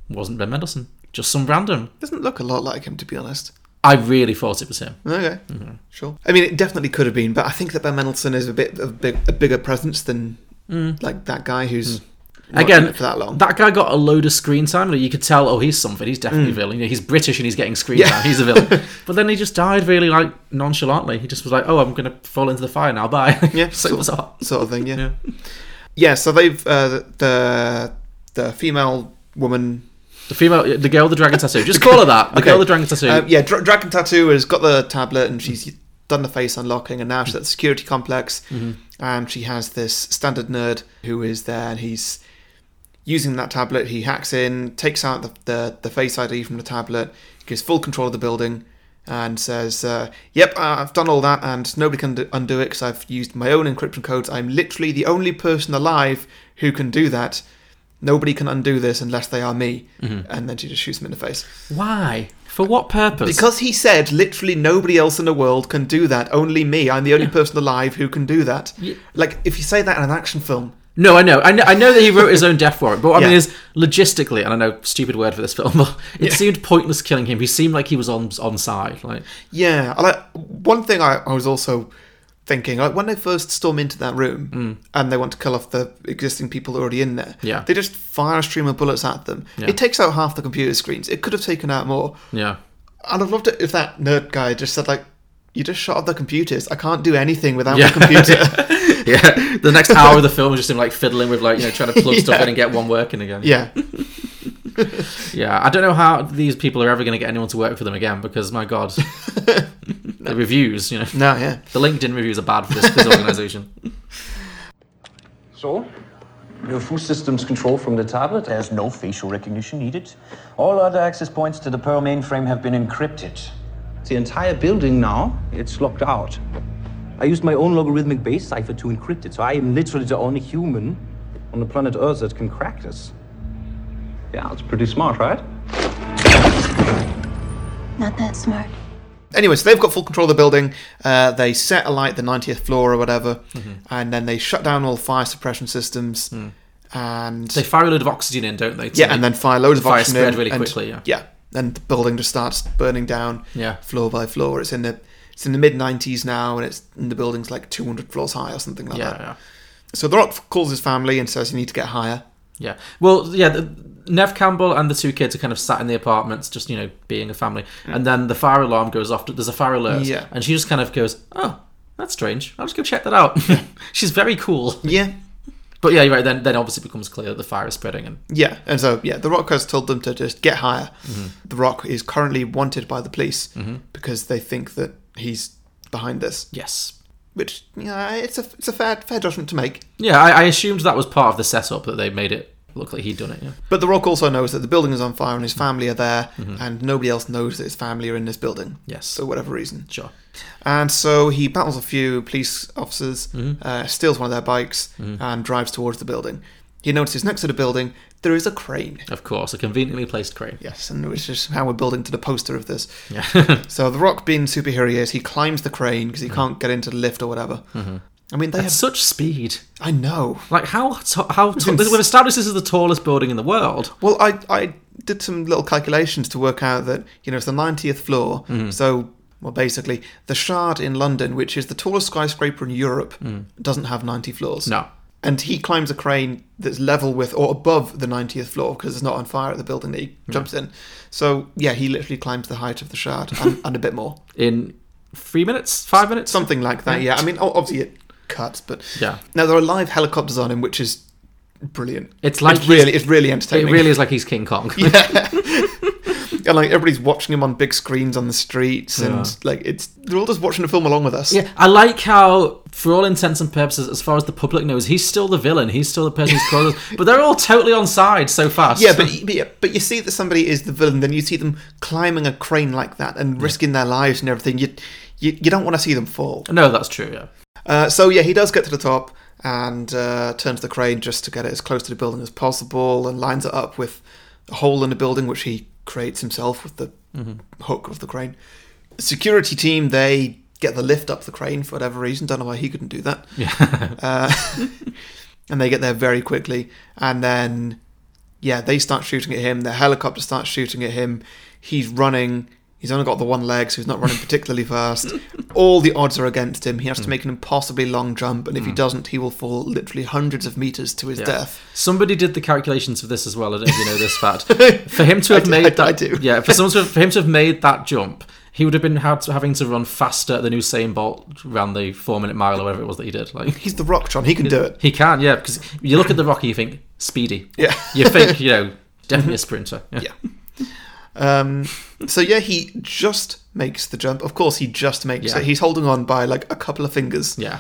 [SPEAKER 1] Wasn't Ben Mendelsohn. Just some random.
[SPEAKER 2] Doesn't look a lot like him, to be honest.
[SPEAKER 1] I really thought it was him.
[SPEAKER 2] Okay.
[SPEAKER 1] Mm-hmm.
[SPEAKER 2] Sure. I mean, it definitely could have been, but I think that Ben Mendelsohn is a bit of a, big, a bigger presence than like that guy who's not in
[SPEAKER 1] Mm. Again,
[SPEAKER 2] it for that long.
[SPEAKER 1] guy got a load of screen time. Like you could tell, oh, he's something. He's definitely a villain. You know, he's British and he's getting screen
[SPEAKER 2] Mm. Yeah.
[SPEAKER 1] time. He's a villain. but then he just died really like nonchalantly. He just was like, oh, I'm gonna fall into the fire now. Bye.
[SPEAKER 2] Yeah,
[SPEAKER 1] so
[SPEAKER 2] sort-
[SPEAKER 1] what's up?
[SPEAKER 2] sort of thing. Yeah.
[SPEAKER 1] Yeah.
[SPEAKER 2] yeah. So they've uh, the the female woman.
[SPEAKER 1] The female, the girl, with the dragon tattoo. Just call her that. The
[SPEAKER 2] Okay.
[SPEAKER 1] girl, with the dragon tattoo.
[SPEAKER 2] Um, yeah, Dra- Dragon Tattoo has got the tablet and she's done the face unlocking, and now she's at the security complex,
[SPEAKER 1] Mm-hmm.
[SPEAKER 2] and she has this standard nerd who is there, and he's using that tablet. He hacks in, takes out the the, the face ID from the tablet, gives full control of the building. And says, uh, "Yep, I- I've done all that, and nobody can do- undo it because I've used my own encryption codes. I'm literally the only person alive who can do that. Nobody can undo this unless they are me."
[SPEAKER 1] Mm-hmm.
[SPEAKER 2] And then she just shoots him in the face.
[SPEAKER 1] Why? For what purpose?
[SPEAKER 2] Because he said literally nobody else in the world can do that. Only me. I'm the only person alive who can do that. Like if you say that in an action film,
[SPEAKER 1] No, I know. I know, I know that he wrote his own death warrant, but what I
[SPEAKER 2] Yeah.
[SPEAKER 1] mean is, logistically, and I know, stupid word for this film, but it seemed pointless killing him. He seemed like he was on on side. Like,
[SPEAKER 2] yeah. I Like one thing I, I was also thinking, like when they first storm into that room and they want to kill off the existing people already in there,
[SPEAKER 1] Mm. Yeah.
[SPEAKER 2] they just fire a stream of bullets at them.
[SPEAKER 1] Yeah.
[SPEAKER 2] It takes out half the computer screens. It could have taken out more.
[SPEAKER 1] yeah.
[SPEAKER 2] And I'd loved it if that nerd guy just said like, "You just shot at the computers. I can't do anything without
[SPEAKER 1] Yeah.
[SPEAKER 2] my computer."
[SPEAKER 1] Yeah, the next hour of the film is just him like fiddling with like you know trying to plug stuff
[SPEAKER 2] Yeah.
[SPEAKER 1] in and get one working again.
[SPEAKER 2] yeah.
[SPEAKER 1] yeah. I don't know how these people are ever going to get anyone to work for them again because my god, the reviews, you know,
[SPEAKER 2] No. Yeah.
[SPEAKER 1] the LinkedIn reviews are bad for this, this organization.
[SPEAKER 11] So, your full systems control from the tablet? There's no facial recognition needed. All other access points to the Pearl mainframe have been encrypted. The entire building now, it's locked out. I used my own logarithmic base cipher to encrypt it, so I am literally the only human on the planet Earth that can crack this. Yeah, it's pretty smart, right?
[SPEAKER 12] Not that smart.
[SPEAKER 2] Anyway, so they've got full control of the building. Uh, they set alight the 90th floor or whatever,
[SPEAKER 1] Mhm.
[SPEAKER 2] and then they shut down all fire suppression systems.
[SPEAKER 1] Mm.
[SPEAKER 2] And
[SPEAKER 1] They fire a load of oxygen in, don't they? to
[SPEAKER 2] yeah, and then fire loads of
[SPEAKER 1] fire
[SPEAKER 2] oxygen
[SPEAKER 1] spread
[SPEAKER 2] in,
[SPEAKER 1] really
[SPEAKER 2] and-
[SPEAKER 1] quickly. Yeah.
[SPEAKER 2] yeah, and the building just starts burning down.
[SPEAKER 1] Yeah.
[SPEAKER 2] floor by floor. It's in the it's in the mid 90s now, and it's and the building's like 200 floors high or something like
[SPEAKER 1] Yeah,
[SPEAKER 2] that.
[SPEAKER 1] yeah.
[SPEAKER 2] So the Rock calls his family and says you need to get higher.
[SPEAKER 1] Yeah. Well, yeah, the, Nev Campbell and the two kids are kind of sat in the apartments, just, you know, being a family. And then the fire alarm goes off. There's a fire alert.
[SPEAKER 2] Yeah.
[SPEAKER 1] And she just kind of goes, oh, that's strange. I'll just go check that out. She's very cool.
[SPEAKER 2] Yeah.
[SPEAKER 1] But yeah, you're right. Then, then obviously it becomes clear that the fire is spreading. And
[SPEAKER 2] Yeah, and so yeah, the Rock has told them to just get higher.
[SPEAKER 1] Mhm.
[SPEAKER 2] The Rock is currently wanted by the police
[SPEAKER 1] Mhm.
[SPEAKER 2] because they think that he's behind this.
[SPEAKER 1] Yes,
[SPEAKER 2] which yeah, it's a it's a fair fair judgment to make.
[SPEAKER 1] yeah, I, I assumed that was part of the setup that they made it look like he'd done it. Yeah.
[SPEAKER 2] But The Rock also knows that the building is on fire and his family are there,
[SPEAKER 1] Mhm.
[SPEAKER 2] and nobody else knows that his family are in this building.
[SPEAKER 1] Yes.
[SPEAKER 2] For whatever reason.
[SPEAKER 1] Sure.
[SPEAKER 2] And so he battles a few police officers,
[SPEAKER 1] Mhm.
[SPEAKER 2] uh, steals one of their bikes,
[SPEAKER 1] Mhm.
[SPEAKER 2] and drives towards the building. He notices next to the building there is a crane.
[SPEAKER 1] Of course, a conveniently placed crane.
[SPEAKER 2] Yes, and which is how we're building to the poster of this.
[SPEAKER 1] Yeah. Mm-hmm.
[SPEAKER 2] so The Rock, being superhero, he is he climbs the crane because he can't get into the lift or whatever.
[SPEAKER 1] Mhm.
[SPEAKER 2] I mean, they
[SPEAKER 1] At
[SPEAKER 2] have
[SPEAKER 1] such speed.
[SPEAKER 2] I know.
[SPEAKER 1] Like how t- how t-
[SPEAKER 2] It's-
[SPEAKER 1] we've established this is the tallest building in the world.
[SPEAKER 2] Well, I, I did some little calculations to work out that, you know, it's the 90th floor.
[SPEAKER 1] Mhm.
[SPEAKER 2] So, well, basically, the Shard in London, which is the tallest skyscraper in Europe,
[SPEAKER 1] Mm.
[SPEAKER 2] doesn't have 90 floors.
[SPEAKER 1] No.
[SPEAKER 2] And he climbs a crane that's level with or above the 90th floor because it's not on fire at the building that he jumps in. So, yeah, he literally climbs the height of the Shard and, and a bit more.
[SPEAKER 1] In three minutes, five minutes,
[SPEAKER 2] Something like that, yeah. I mean, o- obviously it cuts, but.
[SPEAKER 1] Yeah.
[SPEAKER 2] Now, there are live helicopters on him, which is brilliant.
[SPEAKER 1] It's like he's-
[SPEAKER 2] really, it's really entertaining.
[SPEAKER 1] It really is like he's King Kong.
[SPEAKER 2] Yeah. and like everybody's watching him on big screens on the streets and
[SPEAKER 1] Yeah.
[SPEAKER 2] like it's they're all just watching the film along with us.
[SPEAKER 1] Yeah, I like how, for all intents and purposes, as far as the public knows, he's still the villain. He's still the person who's caused us. But they're all totally on side so fast.
[SPEAKER 2] Yeah, but, but yeah, but you see that somebody is the villain, then you see them climbing a crane like that and risking their lives and everything. You you, you don't want to see them fall.
[SPEAKER 1] no, that's true. Yeah.
[SPEAKER 2] Uh, so yeah, he does get to the top and uh, turns the crane just to get it as close to the building as possible and lines it up with a hole in the building which he creates himself with the
[SPEAKER 1] Mhm.
[SPEAKER 2] hook of the crane. Security team they get the lift up the crane for whatever reason. Don't know why he couldn't do that.
[SPEAKER 1] Yeah.
[SPEAKER 2] Uh, and they get there very quickly and then yeah they start shooting at him. The helicopter starts shooting at him. He's running. He's only got the one leg, so he's not running particularly fast. All the odds are against him. He has
[SPEAKER 1] Hmm.
[SPEAKER 2] to make an impossibly long jump, and if he doesn't, he will fall literally hundreds of meters to his
[SPEAKER 1] Yeah.
[SPEAKER 2] death.
[SPEAKER 1] Somebody did the calculations for this as well. I don't know if you know this fact. For him to
[SPEAKER 2] I
[SPEAKER 1] have
[SPEAKER 2] do-
[SPEAKER 1] made
[SPEAKER 2] I-
[SPEAKER 1] that,
[SPEAKER 2] I do.
[SPEAKER 1] yeah, for someone to have, for him to have made that jump, he would have been had to, having to run faster than Usain Bolt ran the four-minute mile or whatever it was that he did. Like
[SPEAKER 2] He's the Rock, John. He can do it.
[SPEAKER 1] he can, yeah, because you look at the Rocky, you think speedy.
[SPEAKER 2] Yeah.
[SPEAKER 1] You think you know definitely a sprinter.
[SPEAKER 2] Yeah. Um, so yeah, he just makes the jump. Of course, he just makes
[SPEAKER 1] Yeah.
[SPEAKER 2] it. He's holding on by like a couple of fingers.
[SPEAKER 1] Yeah.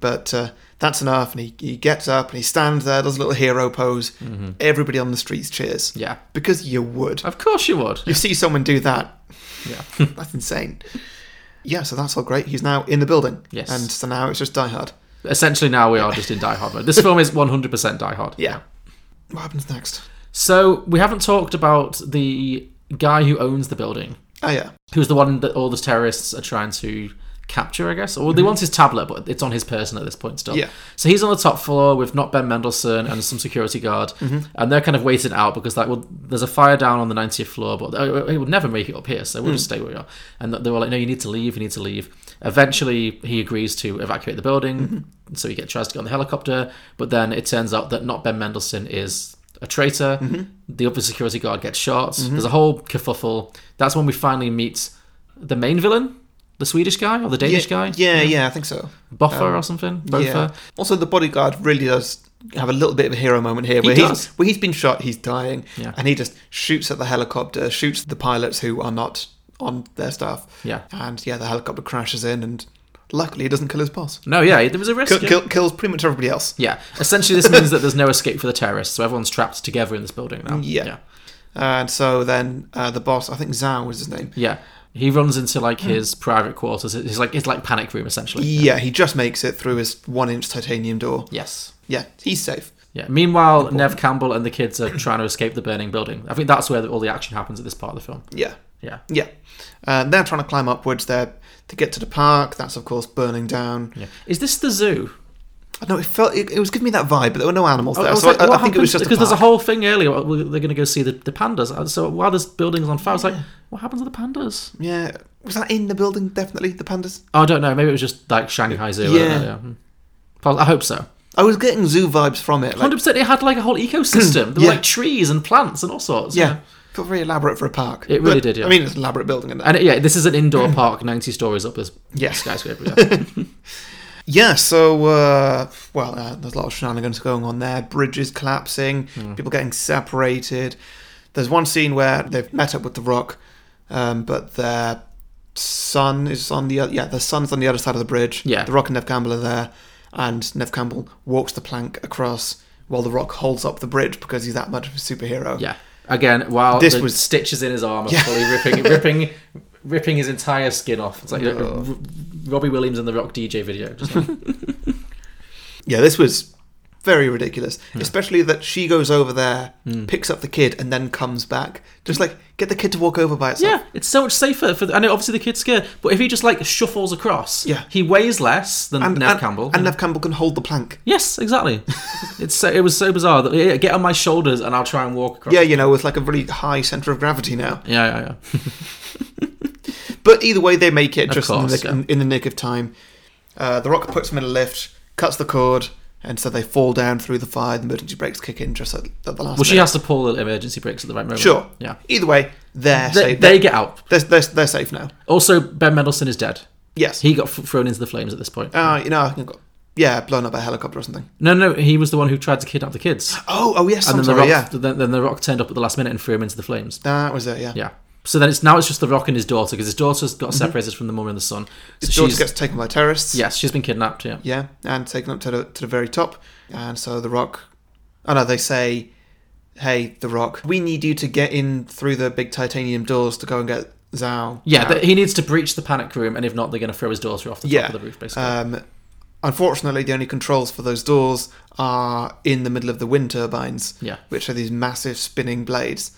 [SPEAKER 2] But uh, that's enough, and he, he gets up and he stands there, does a little hero pose. Everybody on the streets cheers.
[SPEAKER 1] Mm-hmm. Yeah.
[SPEAKER 2] Because you would.
[SPEAKER 1] Of course you would.
[SPEAKER 2] You see someone do that,
[SPEAKER 1] Yeah.
[SPEAKER 2] that's insane. Yeah, so that's all great. He's now in the building.
[SPEAKER 1] Yes.
[SPEAKER 2] And so now it's just Die Hard.
[SPEAKER 1] Essentially, now we are just in Die Hard mode. This film is 100% Die Hard.
[SPEAKER 2] Yeah. What happens next?
[SPEAKER 1] So we haven't talked about the guy who owns the building.
[SPEAKER 2] Oh, yeah.
[SPEAKER 1] who's the one that all the terrorists are trying to capture, I guess. Or they want his tablet, but it's on his person at this point still.
[SPEAKER 2] Yeah.
[SPEAKER 1] So he's on the top floor with not Ben Mendelsohn and some security guard,
[SPEAKER 2] Mm-hmm.
[SPEAKER 1] and they're kind of waiting out because like, well, there's a fire down on the 90th floor, but oh, he would never make it up here, so we'll
[SPEAKER 2] Mm.
[SPEAKER 1] just stay where we are. And they were like, no, you need to leave, you need to leave. Eventually, he agrees to evacuate the building,
[SPEAKER 2] Mm-hmm.
[SPEAKER 1] so he get, tries to get on the helicopter, but then it turns out that not Ben Mendelsohn is a traitor.
[SPEAKER 2] Mm-hmm.
[SPEAKER 1] The other security guard gets shot. There's a whole kerfuffle. That's when we finally meet the main villain, the Swedish guy or the Danish
[SPEAKER 2] yeah,
[SPEAKER 1] guy,
[SPEAKER 2] Yeah, yeah, I think so.
[SPEAKER 1] Boffer
[SPEAKER 2] Um,
[SPEAKER 1] or something. Boffer.
[SPEAKER 2] Yeah. Also, the bodyguard really does have a little bit of a hero moment here,
[SPEAKER 1] He
[SPEAKER 2] where
[SPEAKER 1] does.
[SPEAKER 2] he's where he's been shot, he's dying,
[SPEAKER 1] Yeah.
[SPEAKER 2] and he just shoots at the helicopter, shoots the pilots who are not on their staff.
[SPEAKER 1] Yeah.
[SPEAKER 2] and yeah, the helicopter crashes in, and luckily he doesn't kill his boss.
[SPEAKER 1] No, yeah, there was a risk.
[SPEAKER 2] Kill,
[SPEAKER 1] yeah.
[SPEAKER 2] kill, kills pretty much everybody else.
[SPEAKER 1] Yeah. Essentially, this means that there's no escape for the terrorists, so everyone's trapped together in this building now.
[SPEAKER 2] Yeah.
[SPEAKER 1] Yeah.
[SPEAKER 2] And so then uh, the boss, I think Zhao was his name.
[SPEAKER 1] Yeah. He runs into like his private quarters. It's like it's like panic room essentially.
[SPEAKER 2] Yeah, he just makes it through his one-inch titanium door.
[SPEAKER 1] Yes.
[SPEAKER 2] Yeah, he's safe.
[SPEAKER 1] Yeah. Meanwhile, Nev Campbell and the kids are trying to escape the burning building. I think that's where all the action happens at this part of the film.
[SPEAKER 2] Yeah.
[SPEAKER 1] Yeah.
[SPEAKER 2] Yeah. Uh, they're trying to climb upwards there to get to the park. That's, of course, burning down.
[SPEAKER 1] Yeah. Is this the zoo?
[SPEAKER 2] I know, it felt, it, it was giving me that vibe, but there were no animals there.
[SPEAKER 1] I, was
[SPEAKER 2] so
[SPEAKER 1] like,
[SPEAKER 2] I, I
[SPEAKER 1] Oh, what
[SPEAKER 2] think it
[SPEAKER 1] happens-
[SPEAKER 2] was just a
[SPEAKER 1] because there's a
[SPEAKER 2] park.
[SPEAKER 1] whole thing earlier. well, They're going to go see the, the pandas. And So while this building's on fire, I was like, what happened to the pandas?
[SPEAKER 2] Yeah. Was that in the building, definitely, the pandas?
[SPEAKER 1] Oh, I don't know. Maybe it was just like Shanghai Zoo. I,
[SPEAKER 2] Yeah.
[SPEAKER 1] don't know, yeah. Hmm. Pos- I hope so.
[SPEAKER 2] I was getting zoo vibes from it. Like,
[SPEAKER 1] Hundred percent. It had like a whole ecosystem. There
[SPEAKER 2] Yeah.
[SPEAKER 1] were like trees and plants and all sorts.
[SPEAKER 2] yeah. Felt very elaborate for a park.
[SPEAKER 1] It really
[SPEAKER 2] But,
[SPEAKER 1] did, yeah.
[SPEAKER 2] I mean, it's an elaborate building. And,
[SPEAKER 1] And it- yeah, this is an indoor park, ninety stories up this
[SPEAKER 2] Yeah.
[SPEAKER 1] skyscraper. Yeah.
[SPEAKER 2] Yeah, so, uh, well, uh, there's a lot of shenanigans going on there. Bridges collapsing,
[SPEAKER 1] Hmm.
[SPEAKER 2] people getting separated. There's one scene where they've met up with The Rock, um, but their son is on the other, yeah, their son's on the other side of the bridge.
[SPEAKER 1] Yeah.
[SPEAKER 2] The Rock and Nev Campbell are there, and Nev Campbell walks the plank across while The Rock holds up the bridge because he's that much of a superhero.
[SPEAKER 1] yeah. Again, while
[SPEAKER 2] This
[SPEAKER 1] the
[SPEAKER 2] was-
[SPEAKER 1] stitches in his arm are
[SPEAKER 2] Yeah.
[SPEAKER 1] fully ripping, ripping, ripping his entire skin off. It's like you know, R- Robbie Williams in the Rock DJ video. Just like,
[SPEAKER 2] Yeah, this was very ridiculous.
[SPEAKER 1] Hmm.
[SPEAKER 2] Especially that she goes over there, picks up the kid, and then comes back. Just like, get the kid to walk over by itself.
[SPEAKER 1] yeah, it's so much safer. For the, I know obviously the kid's scared, but if he just like shuffles across,
[SPEAKER 2] Yeah.
[SPEAKER 1] he weighs less than Nev
[SPEAKER 2] and,
[SPEAKER 1] Campbell.
[SPEAKER 2] And
[SPEAKER 1] Yeah.
[SPEAKER 2] Nev Campbell can hold the plank.
[SPEAKER 1] yes, exactly. it's so, it was so bizarre that yeah, get on my shoulders and I'll try and walk across.
[SPEAKER 2] Yeah, you know, with like a really high center of gravity now.
[SPEAKER 1] yeah, yeah. yeah.
[SPEAKER 2] But either way, they make it
[SPEAKER 1] Of
[SPEAKER 2] just in, the
[SPEAKER 1] course,
[SPEAKER 2] nick,
[SPEAKER 1] yeah.
[SPEAKER 2] in, in the nick of time. Uh, the Rock puts them in a lift, cuts the cord, and so they fall down through the fire. The emergency brakes kick in just at, at the last.
[SPEAKER 1] Well, she
[SPEAKER 2] minute.
[SPEAKER 1] has to pull the emergency brakes at the right moment.
[SPEAKER 2] Sure.
[SPEAKER 1] Yeah.
[SPEAKER 2] Either way, they're
[SPEAKER 1] They,
[SPEAKER 2] safe.
[SPEAKER 1] they get out.
[SPEAKER 2] They're, they're, they're safe now.
[SPEAKER 1] Also, Ben Mendelsohn is dead.
[SPEAKER 2] Yes.
[SPEAKER 1] He got f- thrown into the flames at this point.
[SPEAKER 2] Uh, you know, I think- yeah, blown up by a helicopter or something.
[SPEAKER 1] no, no, he was the one who tried to kidnap the kids.
[SPEAKER 2] Oh, oh yes,
[SPEAKER 1] And
[SPEAKER 2] I'm
[SPEAKER 1] then
[SPEAKER 2] sorry.
[SPEAKER 1] the rock,
[SPEAKER 2] yeah,
[SPEAKER 1] then, then the rock turned up at the last minute and threw him into the flames.
[SPEAKER 2] that was it. Yeah,
[SPEAKER 1] Yeah. So then it's now it's just the rock and his daughter because his daughter's got separated from the mum and the son. So
[SPEAKER 2] Mm-hmm. His daughter
[SPEAKER 1] she's
[SPEAKER 2] gets taken by terrorists.
[SPEAKER 1] yes, she's been kidnapped. Yeah.
[SPEAKER 2] Yeah, and taken up to the, to the very top. And so The Rock. Oh no, they say, hey, The Rock, we need you to get in through the big titanium doors to go and get Zhao.
[SPEAKER 1] Yeah,
[SPEAKER 2] out."
[SPEAKER 1] th- he needs to breach the panic room, and if not, they're going to throw his daughter off the
[SPEAKER 2] yeah.
[SPEAKER 1] top of the roof, basically.
[SPEAKER 2] Um, unfortunately, the only controls for those doors are in the middle of the wind turbines,
[SPEAKER 1] Yeah. Mm-hmm.
[SPEAKER 2] which are these massive spinning blades.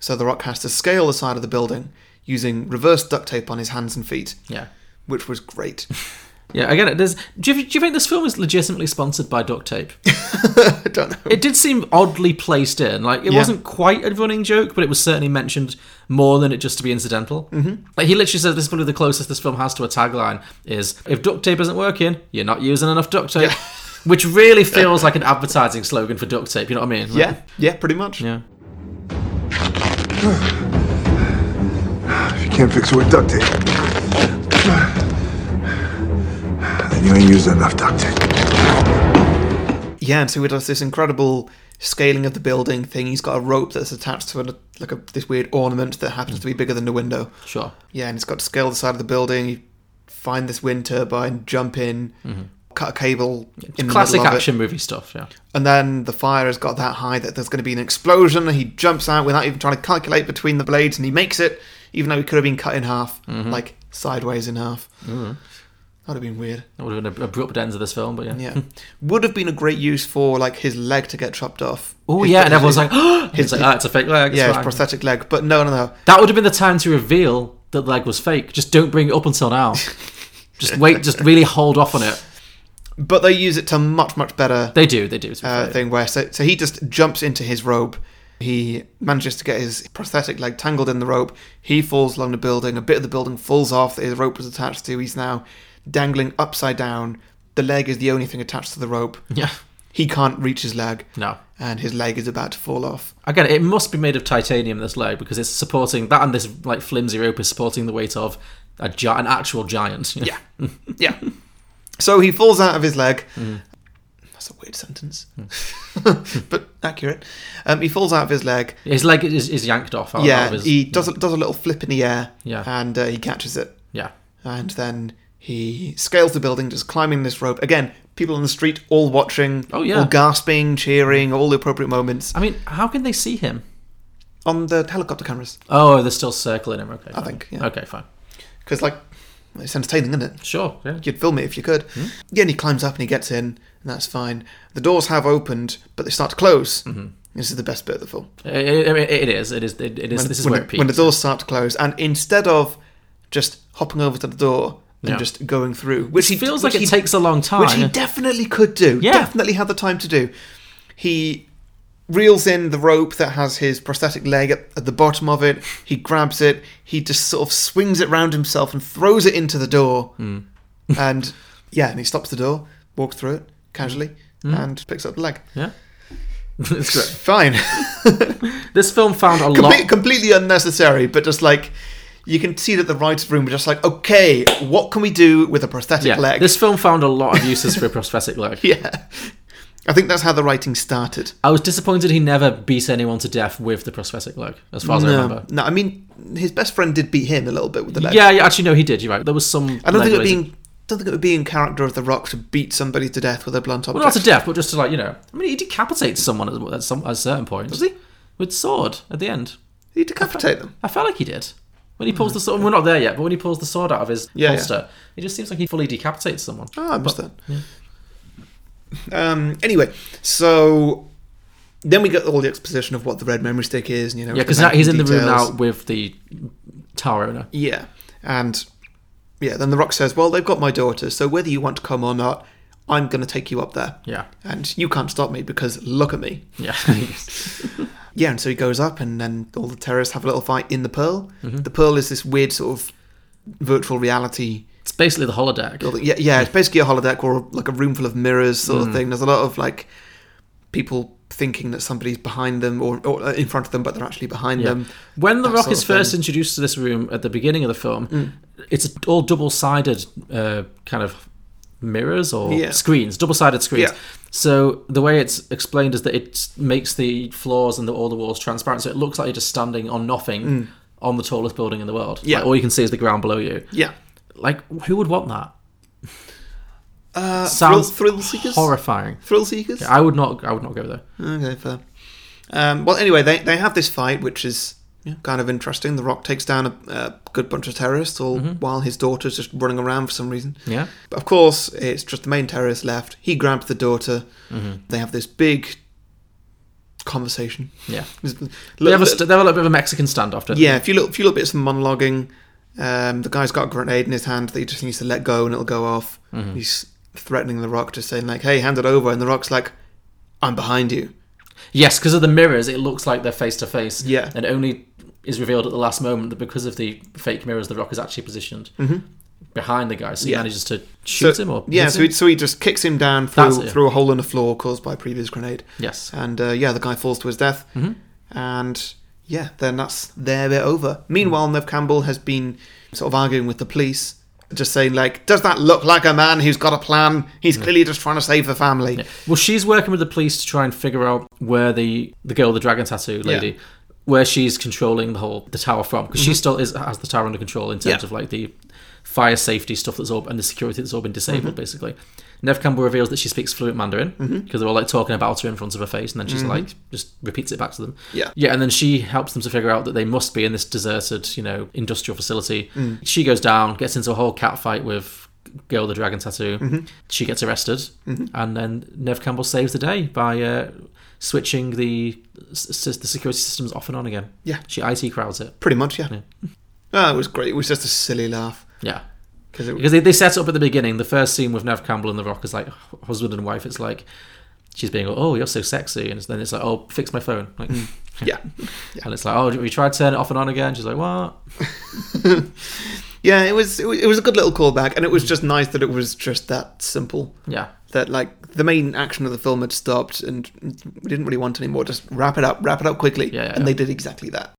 [SPEAKER 2] So The Rock has to scale the side of the building using reverse duct tape on his hands and feet,
[SPEAKER 1] yeah,
[SPEAKER 2] which was great.
[SPEAKER 1] yeah. Again, there's. Do you, do you think this film is legitimately sponsored by duct tape?
[SPEAKER 2] I don't know.
[SPEAKER 1] It did seem oddly placed in. Like it
[SPEAKER 2] Yeah.
[SPEAKER 1] wasn't quite a running joke, but it was certainly mentioned more than it just to be incidental. Mm-hmm. Like he literally says, "This is probably the closest this film has to a tagline: is if duct tape isn't working, you're not using enough duct tape." Which really feels like an advertising slogan for duct tape. You know what I mean? Like,
[SPEAKER 2] yeah, yeah, pretty much.
[SPEAKER 1] Yeah.
[SPEAKER 12] If you can't fix it with duct tape, then you ain't using enough duct tape.
[SPEAKER 2] Yeah, and so he does this incredible scaling of the building thing. He's got a rope that's attached to a, like a, this weird ornament that happens to be bigger than the window.
[SPEAKER 1] Sure.
[SPEAKER 2] Yeah, and it's got to scale the side of the building. You find this wind turbine, jump in, cut a cable in the
[SPEAKER 1] Mm-hmm. Classic
[SPEAKER 2] middle of
[SPEAKER 1] action movie stuff. Yeah.
[SPEAKER 2] It. And then the fire has got that high that there's going to be an explosion. And he jumps out without even trying to calculate between the blades, and he makes it, even though he could have been cut in half,
[SPEAKER 1] Mm-hmm.
[SPEAKER 2] like sideways in half. That would have been weird.
[SPEAKER 1] That would have been an abrupt end to this film, but yeah.
[SPEAKER 2] Yeah, would have been a great use for like his leg to get chopped off.
[SPEAKER 1] Oh
[SPEAKER 2] His-
[SPEAKER 1] yeah, and
[SPEAKER 2] his-
[SPEAKER 1] everyone's like, "Oh,
[SPEAKER 2] his-
[SPEAKER 1] it's like, ah, it's a fake leg." it's
[SPEAKER 2] yeah, his
[SPEAKER 1] fine."
[SPEAKER 2] prosthetic leg. But no, no, no.
[SPEAKER 1] That would have been the time to reveal that the leg was fake. Just don't bring it up until now. just wait. Just really hold off on it.
[SPEAKER 2] But they use it to much, much better
[SPEAKER 1] They do. They do. to be
[SPEAKER 2] uh,
[SPEAKER 1] fair.
[SPEAKER 2] thing where so, so he just jumps into his robe. He manages to get his prosthetic leg tangled in the rope. He falls along the building. A bit of the building falls off that his rope was attached to. He's now dangling upside down. The leg is the only thing attached to the rope.
[SPEAKER 1] Yeah.
[SPEAKER 2] He can't reach his leg.
[SPEAKER 1] No.
[SPEAKER 2] And his leg is about to fall off.
[SPEAKER 1] Again, it must be made of titanium. This leg because it's supporting that, and this like flimsy rope is supporting the weight of a gi- an actual giant. Yeah. Hmm.
[SPEAKER 2] Yeah. so he falls out of his leg. That's a weird sentence, but accurate. Um, he falls out of his leg.
[SPEAKER 1] His leg is, is yanked off. Out, out
[SPEAKER 2] yeah,
[SPEAKER 1] of his,
[SPEAKER 2] he does a, does a little flip in the air.
[SPEAKER 1] Yeah.
[SPEAKER 2] and uh, he catches it,
[SPEAKER 1] Yeah.
[SPEAKER 2] and then he scales the building, just climbing this rope. Again, people on the street all watching,
[SPEAKER 1] Oh, yeah.
[SPEAKER 2] all gasping, cheering, all the appropriate moments
[SPEAKER 1] I mean, how can they see him?
[SPEAKER 2] on the helicopter cameras.
[SPEAKER 1] Oh, they're still circling him. Okay. I
[SPEAKER 2] think, yeah.
[SPEAKER 1] Uh, Okay, fine.
[SPEAKER 2] Because like, it's entertaining, isn't it?
[SPEAKER 1] Sure. Yeah.
[SPEAKER 2] You'd film it if you could. Yeah, and he climbs up and he gets in, and that's fine. The doors have opened, but they start to close. This is the best bit of the film.
[SPEAKER 1] It, it- it is. It is. It, it is.
[SPEAKER 2] When-
[SPEAKER 1] this is
[SPEAKER 2] when,
[SPEAKER 1] where it
[SPEAKER 2] when the
[SPEAKER 1] peaks.
[SPEAKER 2] doors start to close, and instead of just hopping over to the door and
[SPEAKER 1] Yeah.
[SPEAKER 2] just going through, which
[SPEAKER 1] It
[SPEAKER 2] he
[SPEAKER 1] feels
[SPEAKER 2] which
[SPEAKER 1] like it
[SPEAKER 2] he-
[SPEAKER 1] takes a long time.
[SPEAKER 2] which he definitely could do.
[SPEAKER 1] Yeah.
[SPEAKER 2] definitely had the time to do. He reels in the rope that has his prosthetic leg at, at the bottom of it. He grabs it. He just sort of swings it round himself and throws it into the door.
[SPEAKER 1] Mm.
[SPEAKER 2] and yeah, and he stops the door, walks through it casually, and picks up the leg.
[SPEAKER 1] Hmm. Yeah. It's great.
[SPEAKER 2] Fine.
[SPEAKER 1] this film found a lot-
[SPEAKER 2] completely unnecessary, but just like you can see that the writers' room were just like, okay, what can we do with a prosthetic
[SPEAKER 1] Yeah,
[SPEAKER 2] leg?
[SPEAKER 1] This film found a lot of uses for a prosthetic leg.
[SPEAKER 2] yeah, I think that's how the writing started.
[SPEAKER 1] I was disappointed he never beat anyone to death with the prosthetic leg, as far as
[SPEAKER 2] no,
[SPEAKER 1] I remember.
[SPEAKER 2] no, I mean his best friend did beat him a little bit with the leg.
[SPEAKER 1] Yeah, yeah, actually, no, he did. You're right. There was some.
[SPEAKER 2] I don't
[SPEAKER 1] leg
[SPEAKER 2] think it would be.
[SPEAKER 1] related-
[SPEAKER 2] In, don't think it would be in character of The Rock to beat somebody to death with a blunt object.
[SPEAKER 1] Well, not to death, but just to like you know. I mean, he decapitates someone at, at some at a certain point. Does he? With sword at the end.
[SPEAKER 2] He decapitate them. Hmm.
[SPEAKER 1] I felt like he did. When he pulls the sword, we're not there yet, but when he pulls the sword out of his
[SPEAKER 2] Yeah, yeah.
[SPEAKER 1] holster, it just seems like he fully decapitates someone.
[SPEAKER 2] Oh, I missed
[SPEAKER 1] But-
[SPEAKER 2] that. Um, anyway, so then we get all the exposition of what the red memory stick is. And, you know,
[SPEAKER 1] Yeah,
[SPEAKER 2] it's
[SPEAKER 1] because now he's in the room
[SPEAKER 2] details.
[SPEAKER 1] now with the tower owner.
[SPEAKER 2] Yeah, and yeah, then the rock says, "Well, they've got my daughter, so whether you want to come or not, I'm going to take you up there.
[SPEAKER 1] Yeah.
[SPEAKER 2] and you can't stop me because look at me.
[SPEAKER 1] Yeah.
[SPEAKER 2] yeah, and so he goes up, and then all the terrorists have a little fight in the pearl.
[SPEAKER 1] Mm-hmm.
[SPEAKER 2] The pearl is this weird sort of virtual reality
[SPEAKER 1] It's basically the holodeck.
[SPEAKER 2] building. Yeah, yeah, it's basically a holodeck or like a room full of mirrors sort of
[SPEAKER 1] Mm.
[SPEAKER 2] thing. There's a lot of like people thinking that somebody's behind them or, or uh, in front of them, but they're actually behind
[SPEAKER 1] Yeah.
[SPEAKER 2] them.
[SPEAKER 1] When the
[SPEAKER 2] That
[SPEAKER 1] Rock
[SPEAKER 2] sort
[SPEAKER 1] is
[SPEAKER 2] of thing. Mm.
[SPEAKER 1] first introduced to this room at the beginning of the film, it's all double-sided uh, kind of mirrors or
[SPEAKER 2] Yeah.
[SPEAKER 1] screens, double-sided screens.
[SPEAKER 2] Yeah.
[SPEAKER 1] So the way it's explained is that it makes the floors and the, all the walls transparent, so it looks like you're just standing on nothing
[SPEAKER 2] Mm.
[SPEAKER 1] on the tallest building in the world.
[SPEAKER 2] Yeah.
[SPEAKER 1] Like, all you can see is the ground below you.
[SPEAKER 2] Yeah.
[SPEAKER 1] Like, who would want that?
[SPEAKER 2] Uh,
[SPEAKER 1] Sounds
[SPEAKER 2] thrill, thrill seekers.
[SPEAKER 1] horrifying.
[SPEAKER 2] Thrill seekers.
[SPEAKER 1] Yeah, I would not. I would not go there.
[SPEAKER 2] Okay, fair. Um, well, anyway, they, they have this fight, which is you know, kind of interesting. The Rock takes down a, a good bunch of terrorists, all while his daughter's just running around for some reason.
[SPEAKER 1] Mm-hmm. Yeah.
[SPEAKER 2] But of course, it's just the main terrorist left. He grabs the daughter.
[SPEAKER 1] Mhm.
[SPEAKER 2] They have this big conversation.
[SPEAKER 1] Yeah.
[SPEAKER 2] There's-
[SPEAKER 1] They have, a, st- they have a little bit of a Mexican standoff. Don't they?
[SPEAKER 2] yeah, a few little, few little bits of monologuing. Um, the guy's got a grenade in his hand that he just needs to let go and it'll go off.
[SPEAKER 1] Mhm.
[SPEAKER 2] He's threatening the Rock, just saying like, "Hey, hand it over," and the Rock's like, "I'm behind you."
[SPEAKER 1] Yes, because of the mirrors, it looks like they're face to face.
[SPEAKER 2] Yeah.
[SPEAKER 1] And only is revealed at the last moment that because of the fake mirrors, the rock is actually positioned
[SPEAKER 2] Mhm.
[SPEAKER 1] behind the guy, so he
[SPEAKER 2] Yeah.
[SPEAKER 1] manages to shoot
[SPEAKER 2] so,
[SPEAKER 1] him or
[SPEAKER 2] yeah,
[SPEAKER 1] hit
[SPEAKER 2] so
[SPEAKER 1] him.
[SPEAKER 2] he, so he just kicks him down
[SPEAKER 1] That's
[SPEAKER 2] through
[SPEAKER 1] it.
[SPEAKER 2] through a hole in the floor caused by a previous grenade.
[SPEAKER 1] Yes.
[SPEAKER 2] and uh, yeah, the guy falls to his death,
[SPEAKER 1] Mhm.
[SPEAKER 2] and yeah, then that's their bit over. Meanwhile,
[SPEAKER 1] Mm.
[SPEAKER 2] Nev Campbell has been sort of arguing with the police, just saying like, "Does that look like a man who's got a plan? He's
[SPEAKER 1] Mm.
[SPEAKER 2] clearly just trying to save the family."
[SPEAKER 1] Well, she's working with the police to try and figure out where the the girl, the dragon tattoo lady,
[SPEAKER 2] Yeah.
[SPEAKER 1] where she's controlling the whole the tower from, because she
[SPEAKER 2] Mhm.
[SPEAKER 1] still is has the tower under control in terms
[SPEAKER 2] Yeah.
[SPEAKER 1] of like the fire safety stuff that's all and the security that's all been disabled
[SPEAKER 2] Mhm.
[SPEAKER 1] basically. Nev Campbell reveals that she speaks fluent Mandarin because
[SPEAKER 2] Mhm.
[SPEAKER 1] they're all like talking about her in front of her face, and then she's
[SPEAKER 2] Mhm.
[SPEAKER 1] like just repeats it back to them.
[SPEAKER 2] Yeah.
[SPEAKER 1] yeah, and then she helps them to figure out that they must be in this deserted, you know, industrial facility.
[SPEAKER 2] Mm.
[SPEAKER 1] She goes down, gets into a whole cat fight with girl the dragon tattoo.
[SPEAKER 2] Mhm.
[SPEAKER 1] She gets arrested,
[SPEAKER 2] Mhm.
[SPEAKER 1] and then Nev Campbell saves the day by uh, switching the s- s- the security systems off and on again.
[SPEAKER 2] Yeah.
[SPEAKER 1] she IT crowds it.
[SPEAKER 2] Pretty much, yeah.
[SPEAKER 1] Yeah.
[SPEAKER 2] Oh, it was great. It was just a silly laugh
[SPEAKER 1] Yeah,
[SPEAKER 2] because it
[SPEAKER 1] because they, they set up at the beginning. The first scene with Nev Campbell and The Rock is like h- husband and wife. It's like she's being, oh, you're so sexy, and then it's like, oh, fix my phone. Like,
[SPEAKER 2] Mm. yeah.
[SPEAKER 1] and it's like, oh, we tried to turn it off and on again. She's like, what?
[SPEAKER 2] yeah, it was it was- it was a good little callback, and it
[SPEAKER 1] Mm.
[SPEAKER 2] was just nice that it was just that simple.
[SPEAKER 1] Yeah.
[SPEAKER 2] that like the main action of the film had stopped and we didn't really want any more. Just wrap it up, wrap it up quickly.
[SPEAKER 1] Yeah, yeah,
[SPEAKER 2] and
[SPEAKER 1] yeah.
[SPEAKER 2] they did exactly that.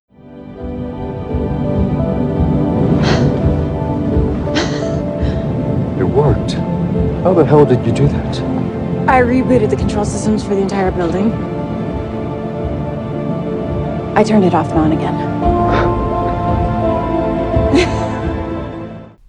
[SPEAKER 6] It worked. How the hell did you do that?
[SPEAKER 13] I rebooted the control systems for the entire building. I turned it off and on again.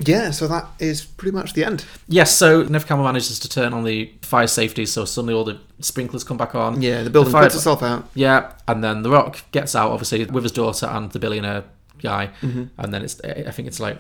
[SPEAKER 2] Yeah, so that is pretty much the end.
[SPEAKER 1] Yes, so Nev Campbell manages to turn on the fire safety, so suddenly all the sprinklers come back on.
[SPEAKER 2] Yeah, the building
[SPEAKER 1] fire-
[SPEAKER 2] puts itself out.
[SPEAKER 1] Yeah, and then The Rock gets out, obviously, with his daughter and the billionaire guy.
[SPEAKER 2] Mhm.
[SPEAKER 1] And then it's, I think it's like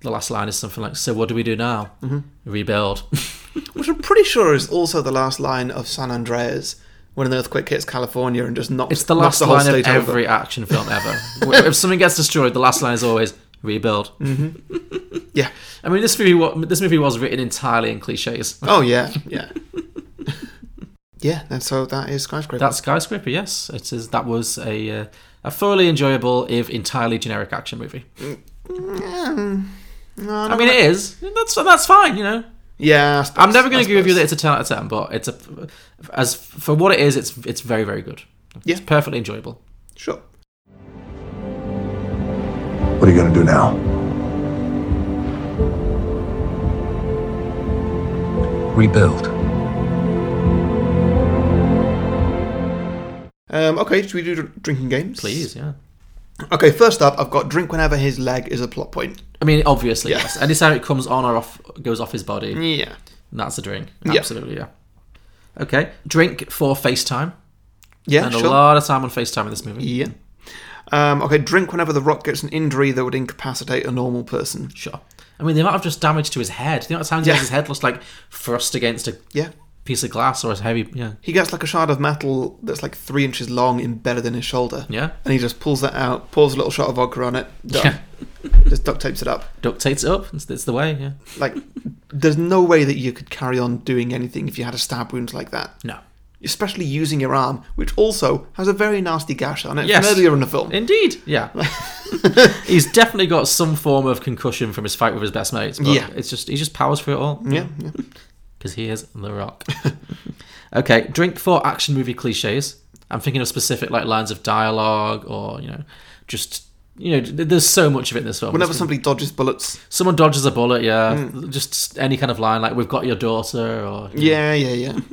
[SPEAKER 1] the last line is something like, "So what do we do now?
[SPEAKER 2] Mhm.
[SPEAKER 1] Rebuild."
[SPEAKER 2] Which I'm pretty sure is also the last line of San Andreas, when an earthquake hits California and just knocks.
[SPEAKER 1] It's the last
[SPEAKER 2] knocks whole
[SPEAKER 1] line
[SPEAKER 2] state
[SPEAKER 1] of every
[SPEAKER 2] over.
[SPEAKER 1] action film ever. W- if something gets destroyed, the last line is always rebuild.
[SPEAKER 2] Mm-hmm. Yeah.
[SPEAKER 1] I mean, this movie, wa- this movie was written entirely in cliches.
[SPEAKER 2] Oh yeah, yeah, yeah. And so that is skyscraper.
[SPEAKER 1] That's skyscraper. Yes, it is. That was a uh, a thoroughly enjoyable, if entirely generic, action movie.
[SPEAKER 2] Mm, no,
[SPEAKER 1] I mean, it is. That's that's fine. You know,
[SPEAKER 2] Yeah, I
[SPEAKER 1] I'm
[SPEAKER 2] suppose,
[SPEAKER 1] never going
[SPEAKER 2] I
[SPEAKER 1] to agree with you that
[SPEAKER 2] suppose.
[SPEAKER 1] it's a 10 out of 10, but it's a as for what it is, it's it's very very good. It's perfectly enjoyable.
[SPEAKER 2] Sure.
[SPEAKER 12] What are you gonna do now?
[SPEAKER 14] Rebuild.
[SPEAKER 2] Um, okay, should we do dr- drinking games?
[SPEAKER 1] Please, yeah.
[SPEAKER 2] Okay, first up, I've got drink whenever his leg is a plot point.
[SPEAKER 1] I mean, obviously,
[SPEAKER 2] Yeah.
[SPEAKER 1] yes. Anytime it comes on or off, goes off his body.
[SPEAKER 2] Yeah.
[SPEAKER 1] That's a drink.
[SPEAKER 2] Yeah.
[SPEAKER 1] Absolutely, yeah. Okay. Drink for FaceTime.
[SPEAKER 2] Yeah,
[SPEAKER 1] And a
[SPEAKER 2] sure.
[SPEAKER 1] lot of time on FaceTime in this movie.
[SPEAKER 2] Yeah. Um, okay, drink whenever The Rock gets an injury that would incapacitate a normal person.
[SPEAKER 1] Sure. I mean, the amount of just damage to his head, the amount of times
[SPEAKER 2] Yeah.
[SPEAKER 1] his head looks like thrust against a
[SPEAKER 2] Yeah.
[SPEAKER 1] piece of glass or a heavy. Yeah.
[SPEAKER 2] He gets like a shard of metal that's like three inches long embedded in his shoulder.
[SPEAKER 1] Yeah.
[SPEAKER 2] And he just pulls that out, pours a little shot of vodka on it, done. just duct tapes it up.
[SPEAKER 1] Duct tapes it up. It's, it's the way, yeah.
[SPEAKER 2] Like, there's no way that you could carry on doing anything if you had a stab wound like that.
[SPEAKER 1] No.
[SPEAKER 2] Especially using your arm, which also has a very nasty gash on it
[SPEAKER 1] Yes.
[SPEAKER 2] from earlier in the film.
[SPEAKER 1] Indeed. Yeah. he's definitely got some form of concussion from his fight with his best mates. But
[SPEAKER 2] Yeah.
[SPEAKER 1] It's just he just powers through it all.
[SPEAKER 2] Yeah, yeah.
[SPEAKER 1] Because he is the Rock. okay. Drink for action movie cliches. I'm thinking of specific like lines of dialogue or you know just you know th- there's so much of it in this film.
[SPEAKER 2] Whenever
[SPEAKER 1] It's-
[SPEAKER 2] somebody dodges bullets.
[SPEAKER 1] Someone dodges a bullet, yeah.
[SPEAKER 2] Mm.
[SPEAKER 1] Just any kind of line like "We've got your daughter" or
[SPEAKER 2] Yeah, yeah, yeah.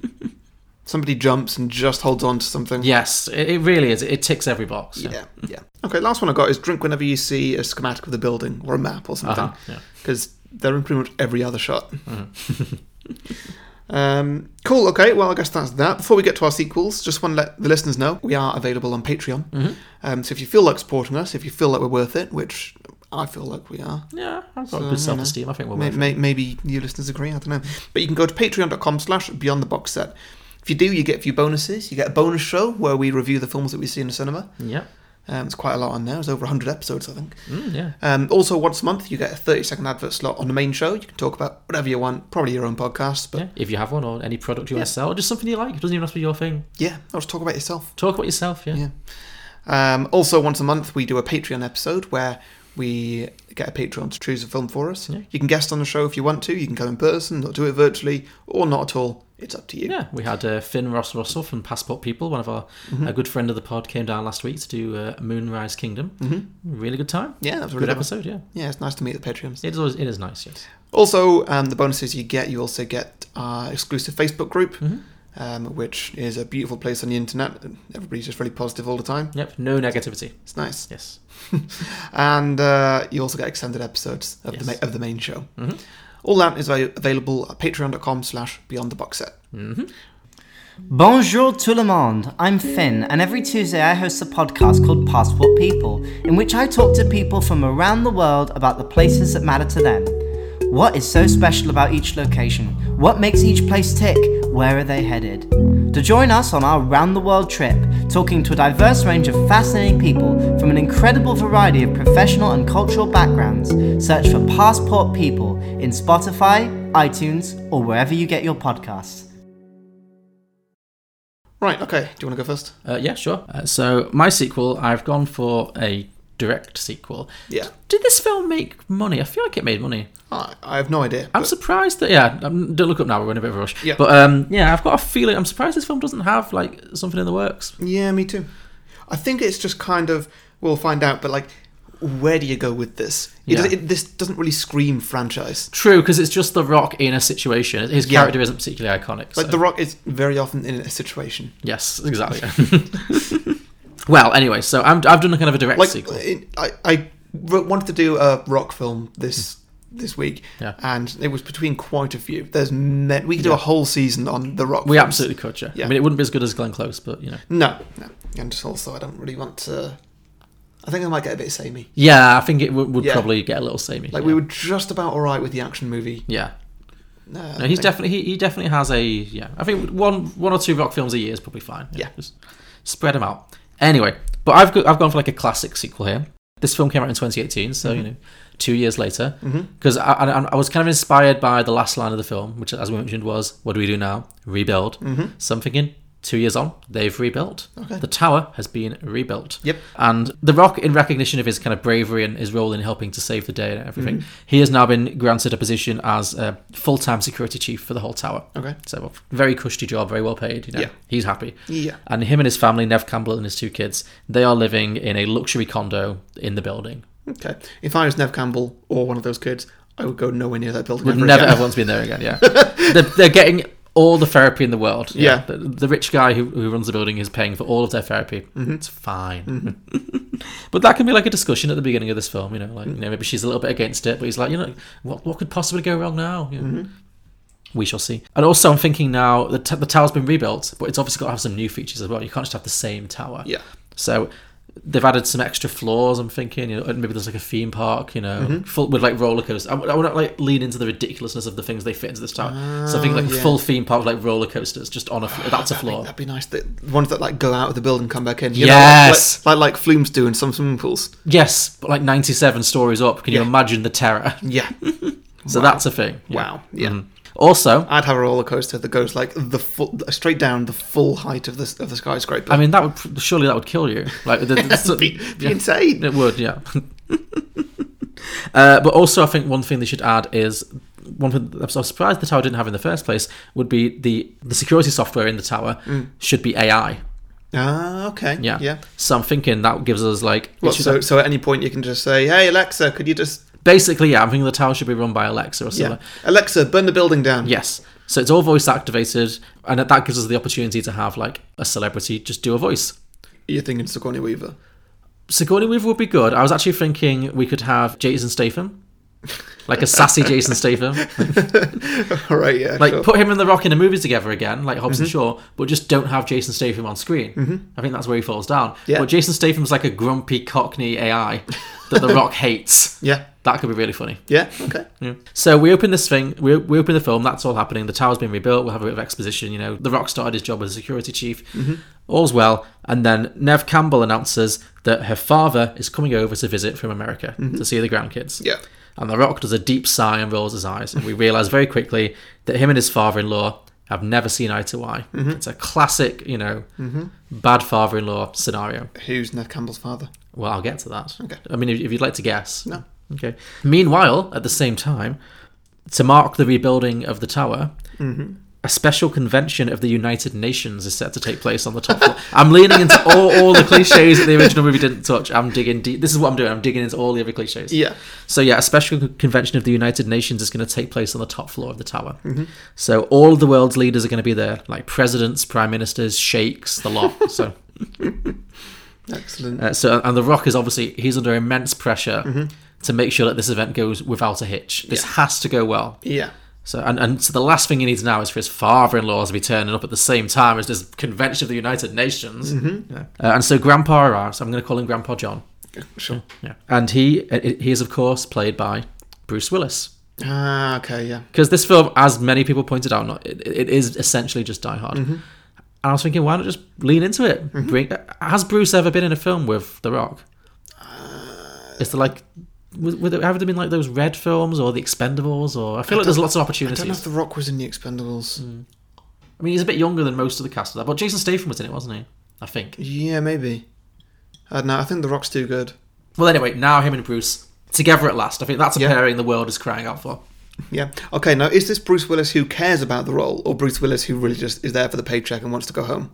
[SPEAKER 2] somebody jumps and just holds on to something.
[SPEAKER 1] yes, it, it really is. It ticks every box. Yeah,
[SPEAKER 2] yeah. Okay, last one I got is drink whenever you see a schematic of the building or a map or something.
[SPEAKER 1] Uh-huh, yeah.
[SPEAKER 2] Because they're in pretty much every other shot.
[SPEAKER 1] Uh-huh.
[SPEAKER 2] um, cool, okay, well, I guess that's that. Before we get to our sequels, just want to let the listeners know we are available on Patreon.
[SPEAKER 1] Mhm.
[SPEAKER 2] Um, so if you feel like supporting us, if you feel like we're worth it, which I feel like we are.
[SPEAKER 1] Yeah, I've got
[SPEAKER 2] So,
[SPEAKER 1] good
[SPEAKER 2] you Oh, know,
[SPEAKER 1] self-esteem. I think we're
[SPEAKER 2] may-
[SPEAKER 1] worth it.
[SPEAKER 2] may- Maybe you listeners agree, I don't know. But you can go to patreon.com slash beyond the box set. If you do, you get a few bonuses. You get a bonus show where we review the films that we see in the cinema.
[SPEAKER 1] Yep.
[SPEAKER 2] Um, it's quite a lot on there. There's over 100 episodes, I think.
[SPEAKER 1] Mm, yeah.
[SPEAKER 2] Um, also, once a month, you get a 30 second advert slot on the main show. You can talk about whatever you want, probably your own podcast, but
[SPEAKER 1] If you have one or any product you want
[SPEAKER 2] Yeah.
[SPEAKER 1] to sell or just something you like, it doesn't even have to be your thing.
[SPEAKER 2] yeah, or just talk about yourself.
[SPEAKER 1] Talk about yourself. Yeah.
[SPEAKER 2] Yeah. Um, also, once a month, we do a Patreon episode where we get a Patreon to choose a film for us. You can guest on the show if you want to. You can come in person, or do it virtually, or not at all. It's up to you.
[SPEAKER 1] Yeah, we had uh, Finn Ross Russell from Passport People, one of our
[SPEAKER 2] Mhm.
[SPEAKER 1] a good friend of the pod, came down last week to do uh, Moonrise Kingdom.
[SPEAKER 2] Mhm.
[SPEAKER 1] Really good time.
[SPEAKER 2] Yeah, that was a
[SPEAKER 1] good
[SPEAKER 2] really
[SPEAKER 1] episode.
[SPEAKER 2] one.
[SPEAKER 1] Yeah,
[SPEAKER 2] Yeah, it's nice to meet the Patreons.
[SPEAKER 1] it is. Always, it is nice. Yes.
[SPEAKER 2] Also, um, the bonuses you get, you also get our exclusive Facebook group,
[SPEAKER 1] Mm-hmm.
[SPEAKER 2] um, which is a beautiful place on the internet. Everybody's just really positive all the time.
[SPEAKER 1] Yep. No negativity.
[SPEAKER 2] It's nice.
[SPEAKER 1] Yes.
[SPEAKER 2] and uh, you also get extended episodes of, the,
[SPEAKER 1] Yes.
[SPEAKER 2] ma- of the main show.
[SPEAKER 1] Mhm.
[SPEAKER 2] All that is a- available at patreon.com slash beyond the box set.
[SPEAKER 15] Bonjour tout le monde, I'm Finn, and every Tuesday I host a podcast called Passport People, in which I talk to people from around the world about the places that matter to them. What is so special about each location? What makes each place tick? Where are they headed? To join us on our round the world trip, talking to a diverse range of fascinating people from an incredible variety of professional and cultural backgrounds, search for Passport People in Spotify, iTunes, or wherever you get your podcasts.
[SPEAKER 2] Right, okay. Do you want to go first?
[SPEAKER 1] Uh, yeah, sure. Uh, so my sequel, I've gone for a direct sequel.
[SPEAKER 2] Yeah.
[SPEAKER 1] Did this film make money? I feel like it made money.
[SPEAKER 2] I, I have no idea.
[SPEAKER 1] I'm surprised that yeah. Um, don't look up now. We're in a bit of a rush.
[SPEAKER 2] Yeah.
[SPEAKER 1] But um, yeah, I've got a feeling. I'm surprised this film doesn't have like something in the works.
[SPEAKER 2] Yeah, me too. I think it's just kind of, we'll find out, but like, where do you go with this? It
[SPEAKER 1] Yeah.
[SPEAKER 2] does, it, this doesn't really scream franchise.
[SPEAKER 1] True, because it's just The Rock in a situation. His
[SPEAKER 2] Yeah.
[SPEAKER 1] character isn't particularly iconic.
[SPEAKER 2] Like,
[SPEAKER 1] so-
[SPEAKER 2] The Rock is very often in a situation.
[SPEAKER 1] Yes, exactly. well, anyway, so I'm, I've done a kind of a direct
[SPEAKER 2] like uh,
[SPEAKER 1] sequel.
[SPEAKER 2] it- I, I wrote- wanted to do a rock film this this week,
[SPEAKER 1] Yeah.
[SPEAKER 2] and it was between quite a few. There's me- we could do a
[SPEAKER 1] Yeah.
[SPEAKER 2] whole season on the rock.
[SPEAKER 1] We
[SPEAKER 2] films.
[SPEAKER 1] absolutely could, yeah.
[SPEAKER 2] Yeah.
[SPEAKER 1] I mean, it wouldn't be as good as Glenn Close, but you know.
[SPEAKER 2] No, no, and just also I don't really want to. I think I might get a bit samey.
[SPEAKER 1] Yeah, I think it would would
[SPEAKER 2] Yeah.
[SPEAKER 1] probably get a little samey.
[SPEAKER 2] Like
[SPEAKER 1] yeah.
[SPEAKER 2] we were just about all right with the action movie. uh,
[SPEAKER 1] yeah. No, no he's definitely he, he definitely has a yeah. I think one one or two rock films a year is probably fine. Yeah, just spread them out. Anyway, but I've go, I've gone for like a classic sequel here. This film came out in 2018, so you know, two years later.
[SPEAKER 2] Mhm.
[SPEAKER 1] Because I, I, I was kind of inspired by the last line of the film, which, as we mentioned, was "What do we do now? Rebuild."
[SPEAKER 2] Mhm.
[SPEAKER 1] So I'm thinking, two years on, they've rebuilt.
[SPEAKER 2] Okay.
[SPEAKER 1] The tower has been rebuilt.
[SPEAKER 2] Yep.
[SPEAKER 1] And The Rock, in recognition of his kind of bravery and his role in helping to save the day and everything,
[SPEAKER 2] Mhm.
[SPEAKER 1] he has now been granted a position as a full-time security chief for the whole tower.
[SPEAKER 2] Okay.
[SPEAKER 1] So a very cushy job, very well paid. You know,
[SPEAKER 2] Yeah.
[SPEAKER 1] he's happy.
[SPEAKER 2] Yeah.
[SPEAKER 1] And him and his family, Nev Campbell and his two kids, they are living in a luxury condo in the building.
[SPEAKER 2] Okay. If I was Nev Campbell or one of those kids, I would go nowhere near that building.
[SPEAKER 1] Would
[SPEAKER 2] ever
[SPEAKER 1] never
[SPEAKER 2] again.
[SPEAKER 1] ever want to be there again. Yeah, they're, they're getting all the therapy in the world.
[SPEAKER 2] Yeah.
[SPEAKER 1] the, the rich guy who, who runs the building is paying for all of their therapy.
[SPEAKER 2] Mhm.
[SPEAKER 1] It's fine.
[SPEAKER 2] Mm-hmm.
[SPEAKER 1] But that can be like a discussion at the beginning of this film, you know, like you know maybe she's a little bit against it, but he's like, you know, what what could possibly go wrong now?
[SPEAKER 2] Mm-hmm.
[SPEAKER 1] You know? We shall see. And also, I'm thinking now the t- the tower's been rebuilt, but it's obviously got to have some new features as well. You can't just have the same tower.
[SPEAKER 2] Yeah.
[SPEAKER 1] So they've added some extra floors. I'm thinking, you know, and maybe there's like a theme park, you know,
[SPEAKER 2] Mhm.
[SPEAKER 1] full with like roller coasters. I, w- I want to like lean into the ridiculousness of the things they fit into this tower. so I think
[SPEAKER 2] Ah,
[SPEAKER 1] like a
[SPEAKER 2] yeah.
[SPEAKER 1] full theme park, with, like roller coasters, just on a fl- that's a floor.
[SPEAKER 2] That'd be nice. The ones that like go out of the building, come back in. You
[SPEAKER 1] Yes.
[SPEAKER 2] know, like, like like flumes do in some swimming pools.
[SPEAKER 1] Yes, but like 97 stories up, can you
[SPEAKER 2] Yeah.
[SPEAKER 1] imagine the terror?
[SPEAKER 2] Yeah.
[SPEAKER 1] so
[SPEAKER 2] Wow.
[SPEAKER 1] that's a thing.
[SPEAKER 2] Wow. Yeah.
[SPEAKER 1] Mhm. Also,
[SPEAKER 2] I'd have a roller coaster that goes like the full, straight down the full height of the of the skyscraper.
[SPEAKER 1] I mean, that would surely that would kill you. Like, the, the,
[SPEAKER 2] Be- be insane.
[SPEAKER 1] It would, yeah. uh, but also, I think one thing they should add is one thing that I'm surprised the tower didn't have in the first place would be the the security software in the tower
[SPEAKER 2] Mm.
[SPEAKER 1] should be AI.
[SPEAKER 2] ah, okay.
[SPEAKER 1] Yeah.
[SPEAKER 2] Yeah.
[SPEAKER 1] So I'm thinking that gives us like it
[SPEAKER 2] What,
[SPEAKER 1] should-
[SPEAKER 2] so so at any point you can just say, "Hey Alexa, could you just
[SPEAKER 1] basically, yeah. I'm thinking the tower should be run by Alexa or something.
[SPEAKER 2] yeah. Alexa burn the building down"?
[SPEAKER 1] Yes. So it's all voice activated, and that gives us the opportunity to have like a celebrity just do a voice.
[SPEAKER 2] You're thinking Sigourney Weaver.
[SPEAKER 1] Sigourney Weaver would be good. I was actually thinking we could have Jason Statham, like a sassy Jason Statham.
[SPEAKER 2] All right. Yeah.
[SPEAKER 1] Like
[SPEAKER 2] sure.
[SPEAKER 1] put him and The Rock in a movie together again, like Hobbs and
[SPEAKER 2] Mhm.
[SPEAKER 1] Shaw, but just don't have Jason Statham on screen.
[SPEAKER 2] Mhm.
[SPEAKER 1] I think that's where he falls down.
[SPEAKER 2] Yeah.
[SPEAKER 1] But Jason Statham's like a grumpy Cockney AI that The Rock hates.
[SPEAKER 2] Yeah.
[SPEAKER 1] That could be really funny.
[SPEAKER 2] Yeah. Okay.
[SPEAKER 1] Yeah. So we open this thing, we, we open the film, that's all happening. The tower's been rebuilt, we'll have a bit of exposition. You know, The Rock started his job as a security chief,
[SPEAKER 2] Mhm.
[SPEAKER 1] all's well. And then Nev Campbell announces that her father is coming over to visit from America
[SPEAKER 2] Mhm.
[SPEAKER 1] to see the grandkids.
[SPEAKER 2] Yeah.
[SPEAKER 1] And The Rock does a deep sigh and rolls his eyes. And we realize very quickly that him and his father in law have never seen eye to eye.
[SPEAKER 2] Mhm.
[SPEAKER 1] It's a classic, you know,
[SPEAKER 2] Mhm.
[SPEAKER 1] bad father in law scenario.
[SPEAKER 2] Who's Nev Campbell's father?
[SPEAKER 1] Well, I'll get to that.
[SPEAKER 2] Okay.
[SPEAKER 1] I mean, if if you'd like to guess.
[SPEAKER 2] No.
[SPEAKER 1] Okay. Meanwhile, at the same time, to mark the rebuilding of the tower,
[SPEAKER 2] Mm-hmm.
[SPEAKER 1] a special convention of the United Nations is set to take place on the top floor. I'm leaning into all, all the cliches that the original movie didn't touch. I'm digging deep. This is what I'm doing. I'm digging into all the other cliches.
[SPEAKER 2] Yeah.
[SPEAKER 1] So, yeah, a special con- convention of the United Nations is going to take place on the top floor of the tower.
[SPEAKER 2] Mm-hmm.
[SPEAKER 1] So, all of the world's leaders are going to be there, like presidents, prime ministers, sheikhs, the lot. So.
[SPEAKER 2] Excellent.
[SPEAKER 1] Uh, so, and The Rock is obviously he's under immense pressure
[SPEAKER 2] Mhm.
[SPEAKER 1] to make sure that this event goes without a hitch. This
[SPEAKER 2] Yeah.
[SPEAKER 1] has to go well.
[SPEAKER 2] yeah.
[SPEAKER 1] So, and, and so the last thing he needs now is for his father-in-law to be turning up at the same time as this convention of the United Nations.
[SPEAKER 2] Mhm.
[SPEAKER 1] Yeah. Uh, and so Grandpa arrives. I'm going to call him Grandpa John.
[SPEAKER 2] Sure.
[SPEAKER 1] Yeah, and he uh, he is of course played by Bruce Willis.
[SPEAKER 2] Ah. Okay. Yeah.
[SPEAKER 1] Because this film, as many people pointed out, not it, it is essentially just Die Hard.
[SPEAKER 2] Mhm.
[SPEAKER 1] And I was thinking, why not just lean into it?
[SPEAKER 2] Mm-hmm.
[SPEAKER 1] Bring, has Bruce ever been in a film with The Rock?
[SPEAKER 2] Uh,
[SPEAKER 1] Is there like, would, would there, have there been like those Red films or The Expendables? Or I feel like there's
[SPEAKER 2] don't-
[SPEAKER 1] lots of
[SPEAKER 2] I
[SPEAKER 1] opportunities. Hmm. I,
[SPEAKER 2] don't know if The Rock was in the Expendables.
[SPEAKER 1] mean, he's a bit younger than most of the cast of that, but Jason Statham was in it, wasn't he? I think.
[SPEAKER 2] Yeah, maybe. I don't know. I think The Rock's too good.
[SPEAKER 1] Well, anyway, now him and Bruce together at last. I think that's a
[SPEAKER 2] Yeah.
[SPEAKER 1] pairing the world is crying out for.
[SPEAKER 2] Yeah. Okay. Now, is this Bruce Willis who cares about the role, or Bruce Willis who really just is there for the paycheck and wants to go home?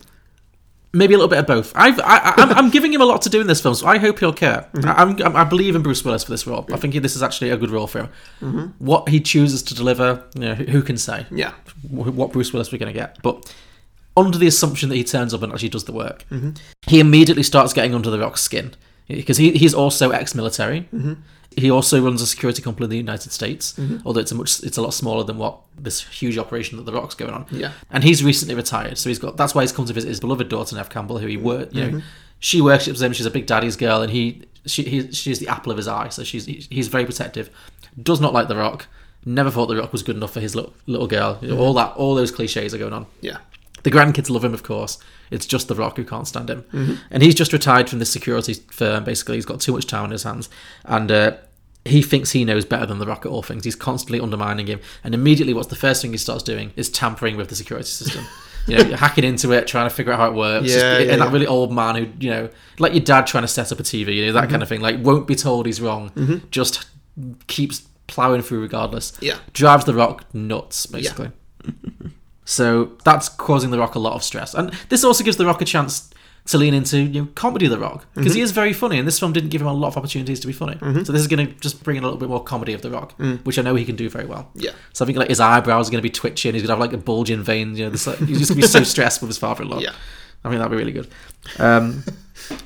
[SPEAKER 1] Maybe a little bit of both. I've, I, I, I'm, I'm giving him a lot to do in this film, so I hope he'll care. I, I'm, I'm- I believe in Bruce Willis for this role. I think this is actually a good role for him.
[SPEAKER 2] Mhm.
[SPEAKER 1] What he chooses to deliver, you know, who, who can say?
[SPEAKER 2] Yeah.
[SPEAKER 1] Wh- What Bruce Willis we're going to get. But under the assumption that he turns up and actually does the work,
[SPEAKER 2] Mm-hmm.
[SPEAKER 1] he immediately starts getting under the rock's skin because he, he's also ex-military.
[SPEAKER 2] Mhm.
[SPEAKER 1] He also runs a security company in the United States,
[SPEAKER 2] Mhm.
[SPEAKER 1] although it's a much it's a lot smaller than what this huge operation that the Rock's going on.
[SPEAKER 2] Yeah.
[SPEAKER 1] and he's recently retired, so he's got that's why he's come to visit his beloved daughter Nev Campbell, who he work you know
[SPEAKER 2] Mhm.
[SPEAKER 1] she worships him. She's a big daddy's girl, and he she he, she's the apple of his eye, so she's he's very protective, does not like the Rock, Never thought The Rock was good enough for his little, little girl. You know, All that, all those cliches are going on.
[SPEAKER 2] Mm-hmm. Yeah.
[SPEAKER 1] The grandkids love him, of course. It's just The Rock who can't stand him.
[SPEAKER 2] Mhm.
[SPEAKER 1] And he's just retired from this security firm, basically. He's got too much time on his hands. And uh, he thinks he knows better than The Rock at all things. He's constantly undermining him. And immediately, what's the first thing he starts doing is tampering with the security system. You know, hacking into it, trying to figure out how it works.
[SPEAKER 2] Yeah,
[SPEAKER 1] and
[SPEAKER 2] yeah,
[SPEAKER 1] that
[SPEAKER 2] yeah.
[SPEAKER 1] really old man who, you know, like your dad trying to set up a TV, you know, that
[SPEAKER 2] Mhm.
[SPEAKER 1] kind of thing. Like, won't be told he's wrong.
[SPEAKER 2] Mhm.
[SPEAKER 1] Just keeps plowing through regardless.
[SPEAKER 2] Yeah.
[SPEAKER 1] Drives The Rock nuts,
[SPEAKER 2] Yeah.
[SPEAKER 1] basically. So that's causing The Rock a lot of stress. And this also gives The Rock a chance to lean into you know, comedy of The Rock because he
[SPEAKER 2] Mhm.
[SPEAKER 1] is very funny, and this film didn't give him a lot of opportunities to be funny.
[SPEAKER 2] Mhm.
[SPEAKER 1] So this is going to just bring in a little bit more comedy of The Rock,
[SPEAKER 2] Mm.
[SPEAKER 1] which I know he can do very well.
[SPEAKER 2] Yeah.
[SPEAKER 1] So I think like his eyebrows are going to be twitching. He's going to have like a bulging vein. You know, this, like, he's just going to be so stressed with his father-in-law.
[SPEAKER 2] Yeah.
[SPEAKER 1] I think that'd be really good. Um,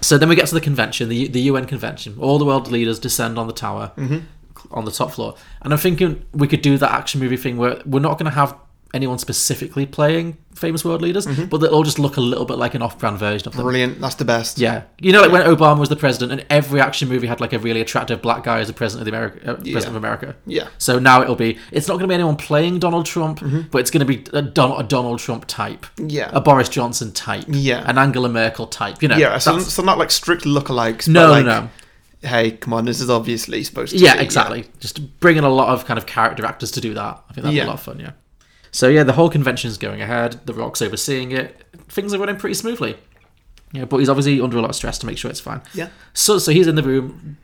[SPEAKER 1] so then we get to the convention, the the UN convention. All the world leaders descend on the tower
[SPEAKER 2] Mhm.
[SPEAKER 1] on the top floor, and I'm thinking we could do that action movie thing where we're not going to have anyone specifically playing famous world leaders, but they'll all just look a little bit like an off-brand version of them.
[SPEAKER 2] Brilliant. That's the best.
[SPEAKER 1] Yeah, you know, like when Obama was the president, and every action movie had like a really attractive black guy as the president of the America, uh, president
[SPEAKER 2] Yeah.
[SPEAKER 1] of America.
[SPEAKER 2] Yeah. Mm-hmm.
[SPEAKER 1] So now it'll be it's not going to be anyone playing Donald Trump, but it's going to be a, Don- a Donald Trump type,
[SPEAKER 2] Yeah.
[SPEAKER 1] a Boris Johnson type,
[SPEAKER 2] Yeah.
[SPEAKER 1] an Angela Merkel type. You know,
[SPEAKER 2] yeah, so,
[SPEAKER 1] that's-
[SPEAKER 2] so not like strictly lookalikes.
[SPEAKER 1] No,
[SPEAKER 2] but like,
[SPEAKER 1] no.
[SPEAKER 2] Hey, come on, this is obviously supposed to.
[SPEAKER 1] yeah,
[SPEAKER 2] be,
[SPEAKER 1] exactly. Just bringing a lot of kind of character actors to do that. I think that'd be a
[SPEAKER 2] Yeah.
[SPEAKER 1] lot of fun. Yeah. So yeah, the whole convention's going ahead. The Rock's overseeing it. Things are running pretty smoothly. Yeah, but he's obviously under a lot of stress to make sure it's fine.
[SPEAKER 2] Yeah.
[SPEAKER 1] So so he's in the room,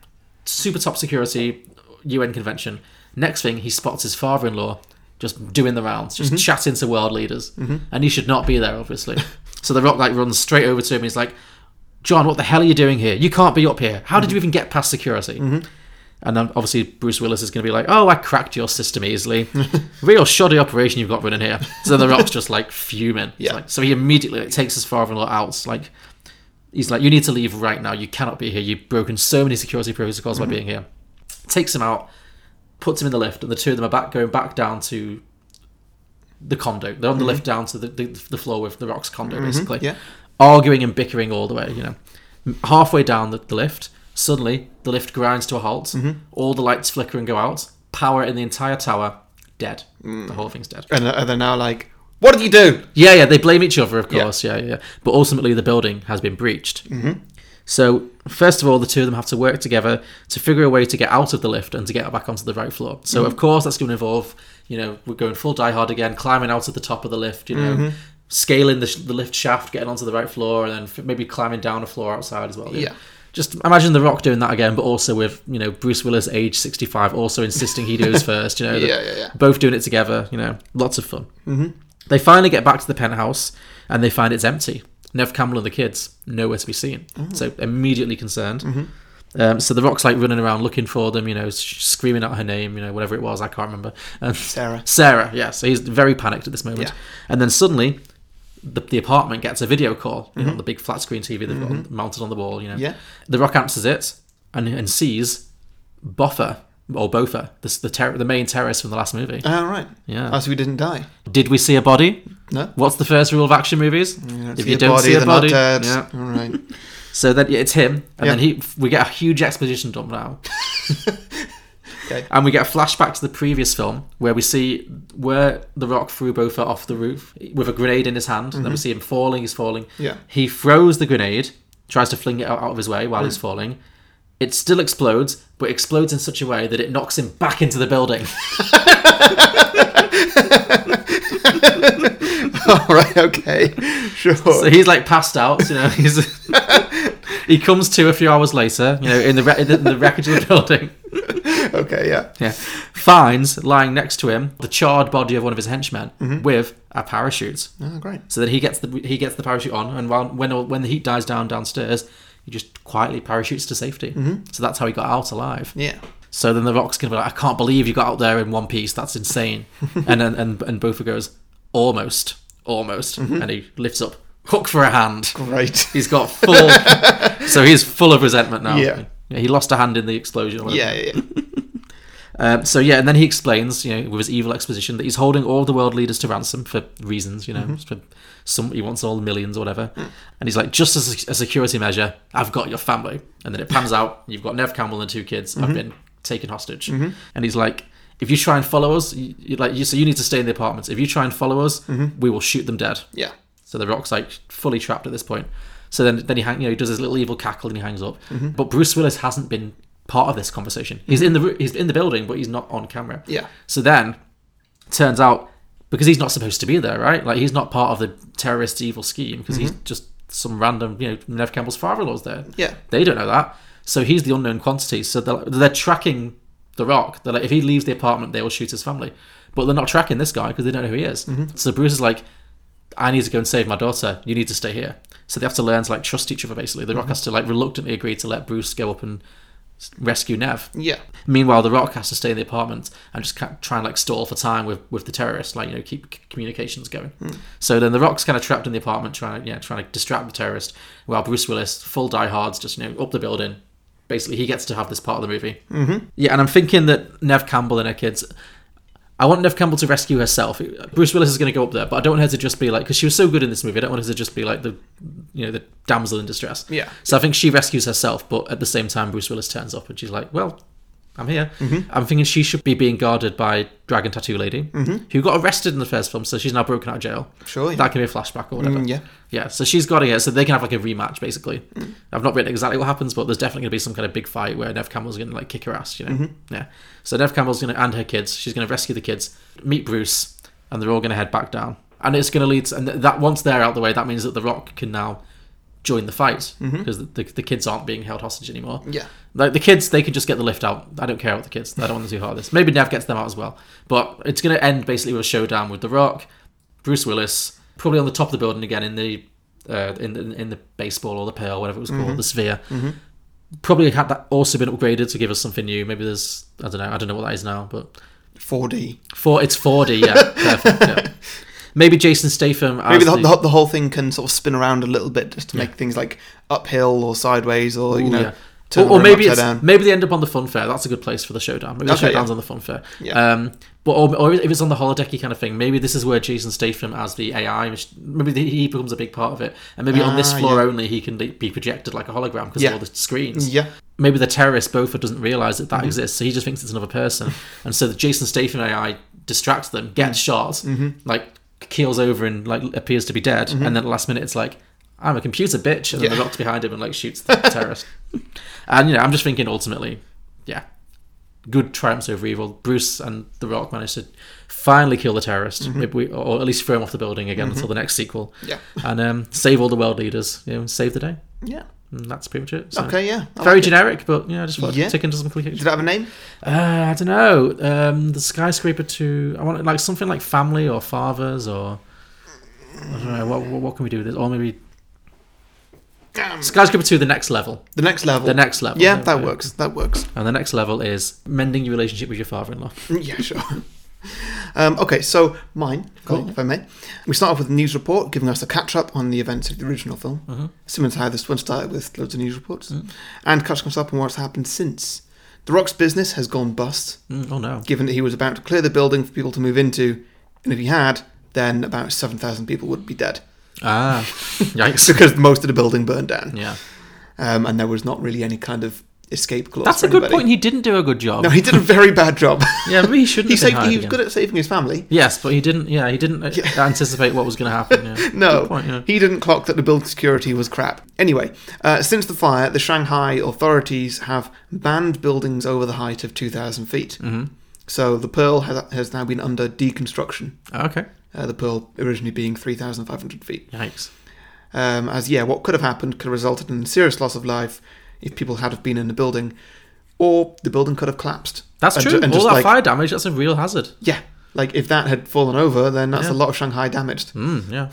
[SPEAKER 1] super top security, UN convention. Next thing, he spots his father-in-law just doing the rounds, just
[SPEAKER 2] Mhm.
[SPEAKER 1] chatting to world leaders,
[SPEAKER 2] Mhm.
[SPEAKER 1] and he should not be there, obviously. so the Rock like runs straight over to him. He's like, "John, what the hell are you doing here? You can't be up here. How
[SPEAKER 2] Mm-hmm.
[SPEAKER 1] did you even get past security?" And then obviously Bruce Willis is going to be like, "Oh, I cracked your system easily. Real shoddy operation you've got running here." So the Rock's just like fuming. He's
[SPEAKER 2] Yeah.
[SPEAKER 1] like- so he immediately like, takes his father-in-law out. It's Like he's like, "You need to leave right now. You cannot be here. You've broken so many security protocols
[SPEAKER 2] Mhm.
[SPEAKER 1] by being here." Takes him out, puts him in the lift, and the two of them are back going back down to the condo. They're on the
[SPEAKER 2] Mhm.
[SPEAKER 1] lift down to the, the the floor with the Rock's condo,
[SPEAKER 2] Mhm,
[SPEAKER 1] basically.
[SPEAKER 2] yeah.
[SPEAKER 1] Arguing and bickering all the way, you know. M- Halfway down the, the lift, suddenly the lift grinds to a halt.
[SPEAKER 2] Mhm.
[SPEAKER 1] All the lights flicker and go out. Power in the entire tower, dead.
[SPEAKER 2] Mm.
[SPEAKER 1] The whole thing's dead.
[SPEAKER 2] And are they now like, what did you do?
[SPEAKER 1] Yeah, yeah, they blame each other, of
[SPEAKER 2] Yeah.
[SPEAKER 1] course. Yeah, yeah. yeah. But ultimately, the building has been breached.
[SPEAKER 2] Mhm.
[SPEAKER 1] So, first of all, the two of them have to work together to figure a way to get out of the lift and to get back onto the right floor. So, of
[SPEAKER 2] Mhm.
[SPEAKER 1] course, that's going to involve, you know, we're going full die hard again, climbing out of the top of the lift, you know,
[SPEAKER 2] Mhm.
[SPEAKER 1] scaling the, sh- the lift shaft, getting onto the right floor, and then f- maybe climbing down a floor outside as well. you know.
[SPEAKER 2] Yeah.
[SPEAKER 1] Just imagine The Rock doing that again, but also with, you know, Bruce Willis, age 65, also insisting he goes first, you know.
[SPEAKER 2] Yeah,
[SPEAKER 1] the-
[SPEAKER 2] yeah, yeah.
[SPEAKER 1] Both doing it together, you know, lots of fun.
[SPEAKER 2] Mhm.
[SPEAKER 1] They finally get back to the penthouse and they find it's empty. Nev Campbell and the kids nowhere to be seen,
[SPEAKER 2] Oh.
[SPEAKER 1] so immediately concerned.
[SPEAKER 2] Mhm.
[SPEAKER 1] Um, so the rock's like running around looking for them, you know, sh- screaming out her name, you know, whatever it was, I can't remember. Um,
[SPEAKER 2] Sarah.
[SPEAKER 1] Sarah, yeah. So he's very panicked at this moment,
[SPEAKER 2] Yeah.
[SPEAKER 1] and then suddenly. The, the apartment gets a video call you know,
[SPEAKER 2] Mhm.
[SPEAKER 1] on the big flat screen TV they've got
[SPEAKER 2] Mhm.
[SPEAKER 1] mounted on the wall. You know,
[SPEAKER 2] Yeah.
[SPEAKER 1] the Rock answers it and, and sees Boffer or Bofa, the the, terror the main terrorist from the last movie.
[SPEAKER 2] All right.
[SPEAKER 1] Yeah.
[SPEAKER 2] Oh, so we didn't die.
[SPEAKER 1] Did we see a body?
[SPEAKER 2] No.
[SPEAKER 1] What's the first rule of action movies?
[SPEAKER 2] don't see a body, they're not dead. All right.
[SPEAKER 1] so then yeah, it's him, and
[SPEAKER 2] Yeah.
[SPEAKER 1] then he we get a huge exposition dump now,
[SPEAKER 2] Okay.
[SPEAKER 1] and we get a flashback to the previous film where we see where the Rock threw Bofa off the roof with a grenade in his hand, and then we
[SPEAKER 2] Mhm.
[SPEAKER 1] see him falling. He's falling.
[SPEAKER 2] Yeah.
[SPEAKER 1] He throws the grenade, tries to fling it out, out of his way while he's
[SPEAKER 2] Mm.
[SPEAKER 1] falling. It still explodes, but explodes in such a way that it knocks him back into the building.
[SPEAKER 2] All right. Okay. Sure.
[SPEAKER 1] So he's like passed out, you know. He's he comes to a few hours later, you know, in the wre- in the, in the wreckage of the building.
[SPEAKER 2] okay. Yeah.
[SPEAKER 1] Yeah, finds lying next to him the charred body of one of his henchmen
[SPEAKER 2] Mhm.
[SPEAKER 1] with a parachute.
[SPEAKER 2] Oh, great.
[SPEAKER 1] So then he gets the he gets the parachute on, and while, when all- when the heat dies down downstairs, he just quietly parachutes to safety.
[SPEAKER 2] Mhm.
[SPEAKER 1] So that's how he got out alive.
[SPEAKER 2] Yeah.
[SPEAKER 1] So then the rock's gonna be like, I can't believe you got out there in one piece. That's insane. and then and and Bofa goes, almost, almost,
[SPEAKER 2] Mhm.
[SPEAKER 1] and he lifts up, hook for a hand.
[SPEAKER 2] Great.
[SPEAKER 1] He's got full. so he's full of resentment now.
[SPEAKER 2] Yeah.
[SPEAKER 1] He lost a hand in the explosion. or whatever.
[SPEAKER 2] Yeah. Yeah. yeah.
[SPEAKER 1] Um, so yeah, and then he explains, you know, with his evil exposition, that he's holding all the world leaders to ransom for reasons, you know,
[SPEAKER 2] Mm-hmm.
[SPEAKER 1] for some he wants all the millions or whatever.
[SPEAKER 2] Mm.
[SPEAKER 1] And he's like, just as a, a security measure, I've got your
[SPEAKER 2] Mm-hmm.
[SPEAKER 1] family. And then it pans out, you've got Nev Campbell and two kids. I've been taken hostage.
[SPEAKER 2] Mhm.
[SPEAKER 1] And he's like, if you try and follow us, you, you- like you, so you need to stay in the apartments. If you try and follow us,
[SPEAKER 2] Mhm.
[SPEAKER 1] we will shoot them dead.
[SPEAKER 2] Yeah.
[SPEAKER 1] So the rock's like fully trapped at this point. So then, then he hang, you know, he does his little evil cackle and he hangs up.
[SPEAKER 2] Mhm.
[SPEAKER 1] But Bruce Willis hasn't been part of this conversation. He's in the ru- he's in the building, but he's not on camera.
[SPEAKER 2] Yeah.
[SPEAKER 1] So then, turns out because he's not supposed to be there, right? Like he's not part of the terrorist evil scheme because he's
[SPEAKER 2] Mhm.
[SPEAKER 1] just some random, you know, Nev Campbell's father-in-law's there.
[SPEAKER 2] Yeah.
[SPEAKER 1] They don't know that. So he's the unknown quantity. So they're, they're tracking The Rock. They're like, if he leaves the apartment, they will shoot his family. But they're not tracking this guy because they don't know who he is.
[SPEAKER 2] Mhm.
[SPEAKER 1] So Bruce is like, I need to go and save my daughter. You need to stay here. So they have to learn to like trust each other. Basically, The Rock
[SPEAKER 2] Mhm.
[SPEAKER 1] has to like reluctantly agree to let Bruce go up and s- rescue Nev.
[SPEAKER 2] Yeah.
[SPEAKER 1] Meanwhile, The Rock has to stay in the apartment and just ca- try and like stall for time with with the terrorist, like you know, keep c- communications going.
[SPEAKER 2] Mm.
[SPEAKER 1] So then The Rock's kind of trapped in the apartment, trying to yeah, trying to distract the terrorist, while Bruce Willis, full diehards, just you know, up the building. Basically, he gets to have this part of the movie.
[SPEAKER 2] Mhm.
[SPEAKER 1] Yeah, and I'm thinking that Nev Campbell and her kids. I want Nev Campbell to rescue herself. Bruce Willis is going to go up there, but I don't want her to just be like because she was so good in this movie. I don't want her to just be like the, you know, the damsel in distress.
[SPEAKER 2] Yeah.
[SPEAKER 1] So I think she rescues herself, but at the same time, Bruce Willis turns up and she's like, "Well, I'm here."
[SPEAKER 2] Mhm.
[SPEAKER 1] I'm thinking she should be being guarded by Dragon Tattoo Lady,
[SPEAKER 2] Mhm.
[SPEAKER 1] who got arrested in the first film, so she's now broken out of jail.
[SPEAKER 2] Sure, yeah.
[SPEAKER 1] That can be a flashback or whatever.
[SPEAKER 2] Mm, yeah.
[SPEAKER 1] Yeah. So she's guarding it, so they can have like a rematch, basically. I've not written exactly what happens, but there's definitely going to be some kind of big fight where Nev Campbell's going to like kick her ass, you know?
[SPEAKER 2] Mhm.
[SPEAKER 1] Yeah. So Nev Campbell's going to and her kids. She's going to rescue the kids, meet Bruce, and they're all going to head back down. And it's going to lead to, and th- that once they're out the way, that means that The Rock can now join the fight
[SPEAKER 2] Mhm.
[SPEAKER 1] because the, the, the kids aren't being held hostage anymore.
[SPEAKER 2] Yeah.
[SPEAKER 1] Like the kids, they can just get the lift out. I don't care about the kids. I don't want them too hard. This maybe Nev gets them out as well. But it's going to end basically with a showdown with The Rock, Bruce Willis, probably on the top of the building again in the uh, in the, in the baseball or the pearl, whatever it was called,
[SPEAKER 2] Mhm.
[SPEAKER 1] the sphere.
[SPEAKER 2] Mhm.
[SPEAKER 1] Probably had that also been upgraded to give us something new. Maybe there's I don't know. I don't know what that is now, but
[SPEAKER 2] 4D.
[SPEAKER 1] four. It's 4D. Yeah, perfect. Yeah. Maybe Jason Statham. As
[SPEAKER 2] Maybe the, the, the whole thing can sort of spin around a little bit just to make things like uphill or sideways or, you
[SPEAKER 1] Ooh,
[SPEAKER 2] know,
[SPEAKER 1] yeah.
[SPEAKER 2] turn
[SPEAKER 1] or,
[SPEAKER 2] the
[SPEAKER 1] or
[SPEAKER 2] room
[SPEAKER 1] maybe
[SPEAKER 2] upside
[SPEAKER 1] it's
[SPEAKER 2] down.
[SPEAKER 1] maybe they end up on the fun fair. That's a good place for the showdown. Maybe the
[SPEAKER 2] Okay,
[SPEAKER 1] showdown's
[SPEAKER 2] yeah.
[SPEAKER 1] on the fun fair.
[SPEAKER 2] Yeah.
[SPEAKER 1] Um, but or, or if it's on the holodecky kind of thing, maybe this is where Jason Statham as the AI, which- maybe the- he becomes a big part of it, and maybe on this
[SPEAKER 2] Ah,
[SPEAKER 1] floor
[SPEAKER 2] yeah.
[SPEAKER 1] only he can be be projected like a hologram because
[SPEAKER 2] Yeah.
[SPEAKER 1] of all the screens.
[SPEAKER 2] Yeah.
[SPEAKER 1] Maybe the terrorist Beaufort doesn't realize that that
[SPEAKER 2] Mhm.
[SPEAKER 1] exists, so he just thinks it's another person, and so the Jason Statham AI distracts them, gets shot,
[SPEAKER 2] Mhm.
[SPEAKER 1] like keels over and like appears to be dead,
[SPEAKER 2] Mhm.
[SPEAKER 1] and then at the last minute it's like. I'm a computer bitch, and then
[SPEAKER 2] Yeah.
[SPEAKER 1] the rock's behind him and like shoots the terrorist. And you know, I'm just thinking ultimately, yeah, good triumphs over evil. Bruce and The Rock managed to finally kill the terrorist,
[SPEAKER 2] Mhm.
[SPEAKER 1] maybe we, or at least throw him off the building again
[SPEAKER 2] Mhm.
[SPEAKER 1] until the next sequel.
[SPEAKER 2] Yeah.
[SPEAKER 1] and um, save all the world leaders. You know, save the day.
[SPEAKER 2] Yeah.
[SPEAKER 1] And that's pretty much it.
[SPEAKER 2] Okay, yeah, I
[SPEAKER 1] Very
[SPEAKER 2] like it.
[SPEAKER 1] generic, but yeah, I just want
[SPEAKER 2] Yeah.
[SPEAKER 1] to tick into some quick. Did
[SPEAKER 2] it have a name?
[SPEAKER 1] Uh, I don't know. Um, the skyscraper to I want like something like family or fathers or I don't know. What what, what can we do with this? Or maybe skyscraper to the next level.
[SPEAKER 2] The next level.
[SPEAKER 1] The next level.
[SPEAKER 2] Yeah,
[SPEAKER 1] There we
[SPEAKER 2] that
[SPEAKER 1] go.
[SPEAKER 2] works. That works.
[SPEAKER 1] And the next level is mending your relationship with your father-in-law.
[SPEAKER 2] Yeah, sure. Um, okay, so mine,
[SPEAKER 1] Cool.
[SPEAKER 2] if I may. We start off with a news report giving us a catch up on the events of the original film,
[SPEAKER 1] Mhm.
[SPEAKER 2] similar to how this one started with loads of news reports,
[SPEAKER 1] Mm.
[SPEAKER 2] and catching us up on what's happened since. The Rock's business has gone bust,
[SPEAKER 1] Mm, oh no.
[SPEAKER 2] given that he was about to clear the building for people to move into, and if he had, then about 7,000 people would be dead.
[SPEAKER 1] Ah, yikes.
[SPEAKER 2] because most of the building burned down.
[SPEAKER 1] Yeah.
[SPEAKER 2] Um, and there was not really any kind of escape clause.
[SPEAKER 1] That's
[SPEAKER 2] for
[SPEAKER 1] a good
[SPEAKER 2] anybody.
[SPEAKER 1] point. He didn't do a good job.
[SPEAKER 2] No, he did a very bad job.
[SPEAKER 1] Yeah, maybe he shouldn't.
[SPEAKER 2] he
[SPEAKER 1] have been
[SPEAKER 2] saved,
[SPEAKER 1] hired
[SPEAKER 2] he was
[SPEAKER 1] again.
[SPEAKER 2] good at saving his family.
[SPEAKER 1] Yes, but he didn't. Yeah, he didn't uh, anticipate what was going to happen. Yeah.
[SPEAKER 2] No,
[SPEAKER 1] Good point, yeah.
[SPEAKER 2] he didn't clock that the building security was crap. Anyway, uh, since the fire, the Shanghai authorities have banned buildings over the height of 2,000 feet.
[SPEAKER 1] Mhm.
[SPEAKER 2] So the Pearl has, has now been under deconstruction.
[SPEAKER 1] Okay.
[SPEAKER 2] Uh, the Pearl originally being 3,500 feet.
[SPEAKER 1] Yikes.
[SPEAKER 2] Um, as, yeah, what could have happened could have resulted in serious loss of life if people had have been in the building, or the building could have collapsed.
[SPEAKER 1] That's
[SPEAKER 2] And
[SPEAKER 1] true.
[SPEAKER 2] ju- and
[SPEAKER 1] All
[SPEAKER 2] just,
[SPEAKER 1] that
[SPEAKER 2] like,
[SPEAKER 1] fire damage, that's a real hazard.
[SPEAKER 2] Yeah. Like if that had fallen over, then that's
[SPEAKER 1] Yeah.
[SPEAKER 2] a lot of Shanghai damaged.
[SPEAKER 1] Mm, yeah.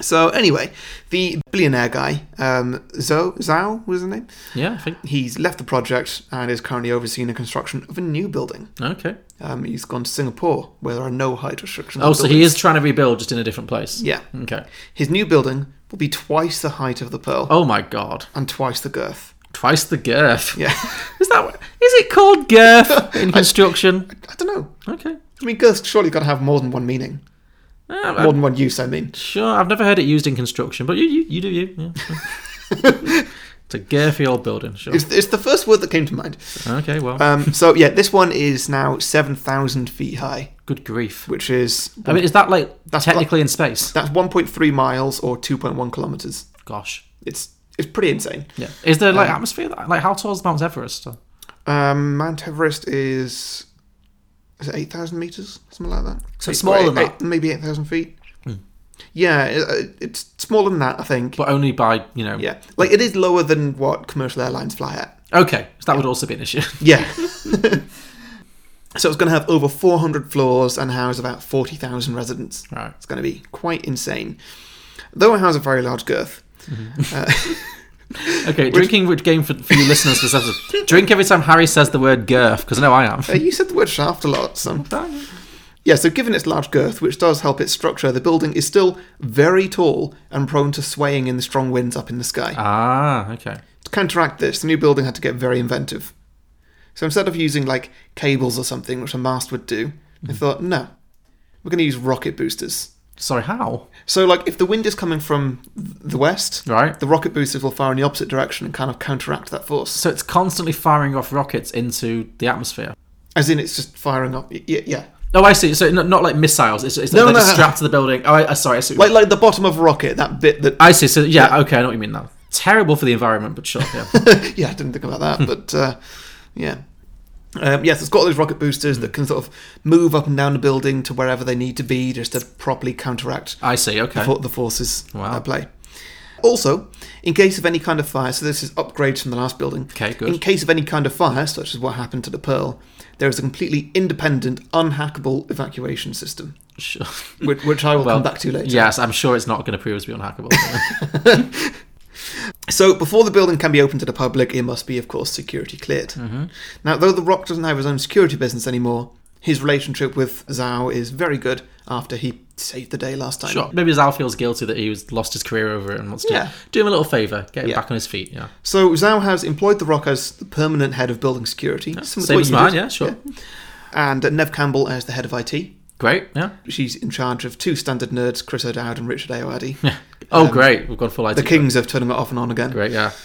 [SPEAKER 2] So anyway, the billionaire guy, um, Zhou Zhao was his name.
[SPEAKER 1] Yeah, I think.
[SPEAKER 2] He's left the project and is currently overseeing the construction of a new building.
[SPEAKER 1] Okay.
[SPEAKER 2] Um, he's gone to Singapore, where there are no height restrictions. on
[SPEAKER 1] Oh, so he
[SPEAKER 2] buildings.
[SPEAKER 1] is trying to rebuild just in a different place.
[SPEAKER 2] Yeah.
[SPEAKER 1] Okay.
[SPEAKER 2] His new building will be twice the height of the Pearl
[SPEAKER 1] Oh my god.
[SPEAKER 2] and twice the girth.
[SPEAKER 1] Twice the girth.
[SPEAKER 2] Yeah,
[SPEAKER 1] Is that is it called girth in construction?
[SPEAKER 2] I don't know.
[SPEAKER 1] Okay. Ah,
[SPEAKER 2] I mean, girth's surely got to have more than one meaning,
[SPEAKER 1] Yeah,
[SPEAKER 2] more than one use. I mean,
[SPEAKER 1] Sure, I've never heard it used in construction, but you you, you do you. Yeah. It's a girthy old building. Sure.
[SPEAKER 2] It's, it's the first word that came to mind.
[SPEAKER 1] Okay, well.
[SPEAKER 2] Um, so yeah, this one is now seven thousand feet high.
[SPEAKER 1] Good grief!
[SPEAKER 2] Which is
[SPEAKER 1] I mean, is that like that's technically in space?
[SPEAKER 2] That's one point three miles or two point one kilometers.
[SPEAKER 1] Gosh,
[SPEAKER 2] It's it's pretty insane.
[SPEAKER 1] yeah. Is there like
[SPEAKER 2] Um,
[SPEAKER 1] atmosphere? that- Like how tall is Mount Everest?
[SPEAKER 2] Um, Mount Everest is is it eight thousand meters, something like that.
[SPEAKER 1] So it's smaller than that.
[SPEAKER 2] maybe eight thousand feet. Yeah, it, it's smaller than that, I think.
[SPEAKER 1] But only by you know.
[SPEAKER 2] Yeah, like it is lower than what commercial airlines fly at.
[SPEAKER 1] Okay, so that would also be an issue.
[SPEAKER 2] Yeah. so it's going to have over 400 floors and house about 40,000 residents.
[SPEAKER 1] Right.
[SPEAKER 2] It's going to be quite insane. Though it has a very large girth.
[SPEAKER 1] Mm-hmm. Okay,
[SPEAKER 2] Which-
[SPEAKER 1] drinking would game for, for you listeners. This episode. Drink every time Harry says the word girth, because I know I am.
[SPEAKER 2] Uh, you said the word shaft a lot. So. Yeah, so given its large girth, which does help its structure, the building is still very tall and prone to swaying in the strong winds up in the sky.
[SPEAKER 1] Ah, okay.
[SPEAKER 2] To counteract this, the new building had to get very inventive. So instead of using like cables or something, which a mast would do,
[SPEAKER 1] Mm-hmm.
[SPEAKER 2] they thought, no, we're going to use rocket boosters.
[SPEAKER 1] Sorry, how?
[SPEAKER 2] So, like, if the wind is coming from th- the west,
[SPEAKER 1] Right.
[SPEAKER 2] the rocket boosters will fire in the opposite direction and kind of counteract that force.
[SPEAKER 1] So it's constantly firing off rockets into the atmosphere.
[SPEAKER 2] As in, it's just firing up. Yeah, yeah.
[SPEAKER 1] Oh, I see. So not, not like missiles. It's, it's
[SPEAKER 2] No,
[SPEAKER 1] they're
[SPEAKER 2] no,
[SPEAKER 1] just
[SPEAKER 2] no.
[SPEAKER 1] strapped to the building. Oh, I, I- sorry. I, see.
[SPEAKER 2] Like, like the bottom of a rocket, that bit that.
[SPEAKER 1] I see. So yeah, okay, I know what you mean now. Terrible for the environment, but sure. Yeah.
[SPEAKER 2] yeah, I didn't think about that, but uh, yeah. Um, yes, it's got all those rocket boosters that can sort of move up and down the building to wherever they need to be just to properly counteract
[SPEAKER 1] I see.
[SPEAKER 2] the,
[SPEAKER 1] Okay.
[SPEAKER 2] for- the forces
[SPEAKER 1] Wow.
[SPEAKER 2] at play. Also, in case of any kind of fire, so this is upgrades from the last building.
[SPEAKER 1] Okay, good.
[SPEAKER 2] In case of any kind of fire, such as what happened to the Pearl, there is a completely independent, unhackable evacuation system,
[SPEAKER 1] Sure.
[SPEAKER 2] which, which I will
[SPEAKER 1] Well,
[SPEAKER 2] come back to later.
[SPEAKER 1] Yes, I'm sure it's not going to prove us to be unhackable.
[SPEAKER 2] So before the building can be open to the public, it must be, of course, security cleared.
[SPEAKER 1] Mm-hmm.
[SPEAKER 2] Now, though The Rock doesn't have his own security business anymore, his relationship with Zhao is very good after he saved the day last time.
[SPEAKER 1] sure. Maybe Zal feels guilty that he was lost his career over it and wants to
[SPEAKER 2] Yeah.
[SPEAKER 1] do him a little favour, get him
[SPEAKER 2] Yeah.
[SPEAKER 1] back on his feet. Yeah.
[SPEAKER 2] So Zhao has employed The Rock as the permanent head of building security. similar to
[SPEAKER 1] Same
[SPEAKER 2] what
[SPEAKER 1] as
[SPEAKER 2] you
[SPEAKER 1] mine.
[SPEAKER 2] did.
[SPEAKER 1] Yeah. Sure.
[SPEAKER 2] And uh, Nev Campbell as the head of IT.
[SPEAKER 1] Great. Yeah.
[SPEAKER 2] She's in charge of two standard nerds, Chris O'Dowd and Richard Ayoade.
[SPEAKER 1] Oh,
[SPEAKER 2] Um,
[SPEAKER 1] great. We've gone full IT.
[SPEAKER 2] The kings of turning it off and on again.
[SPEAKER 1] Great. Yeah.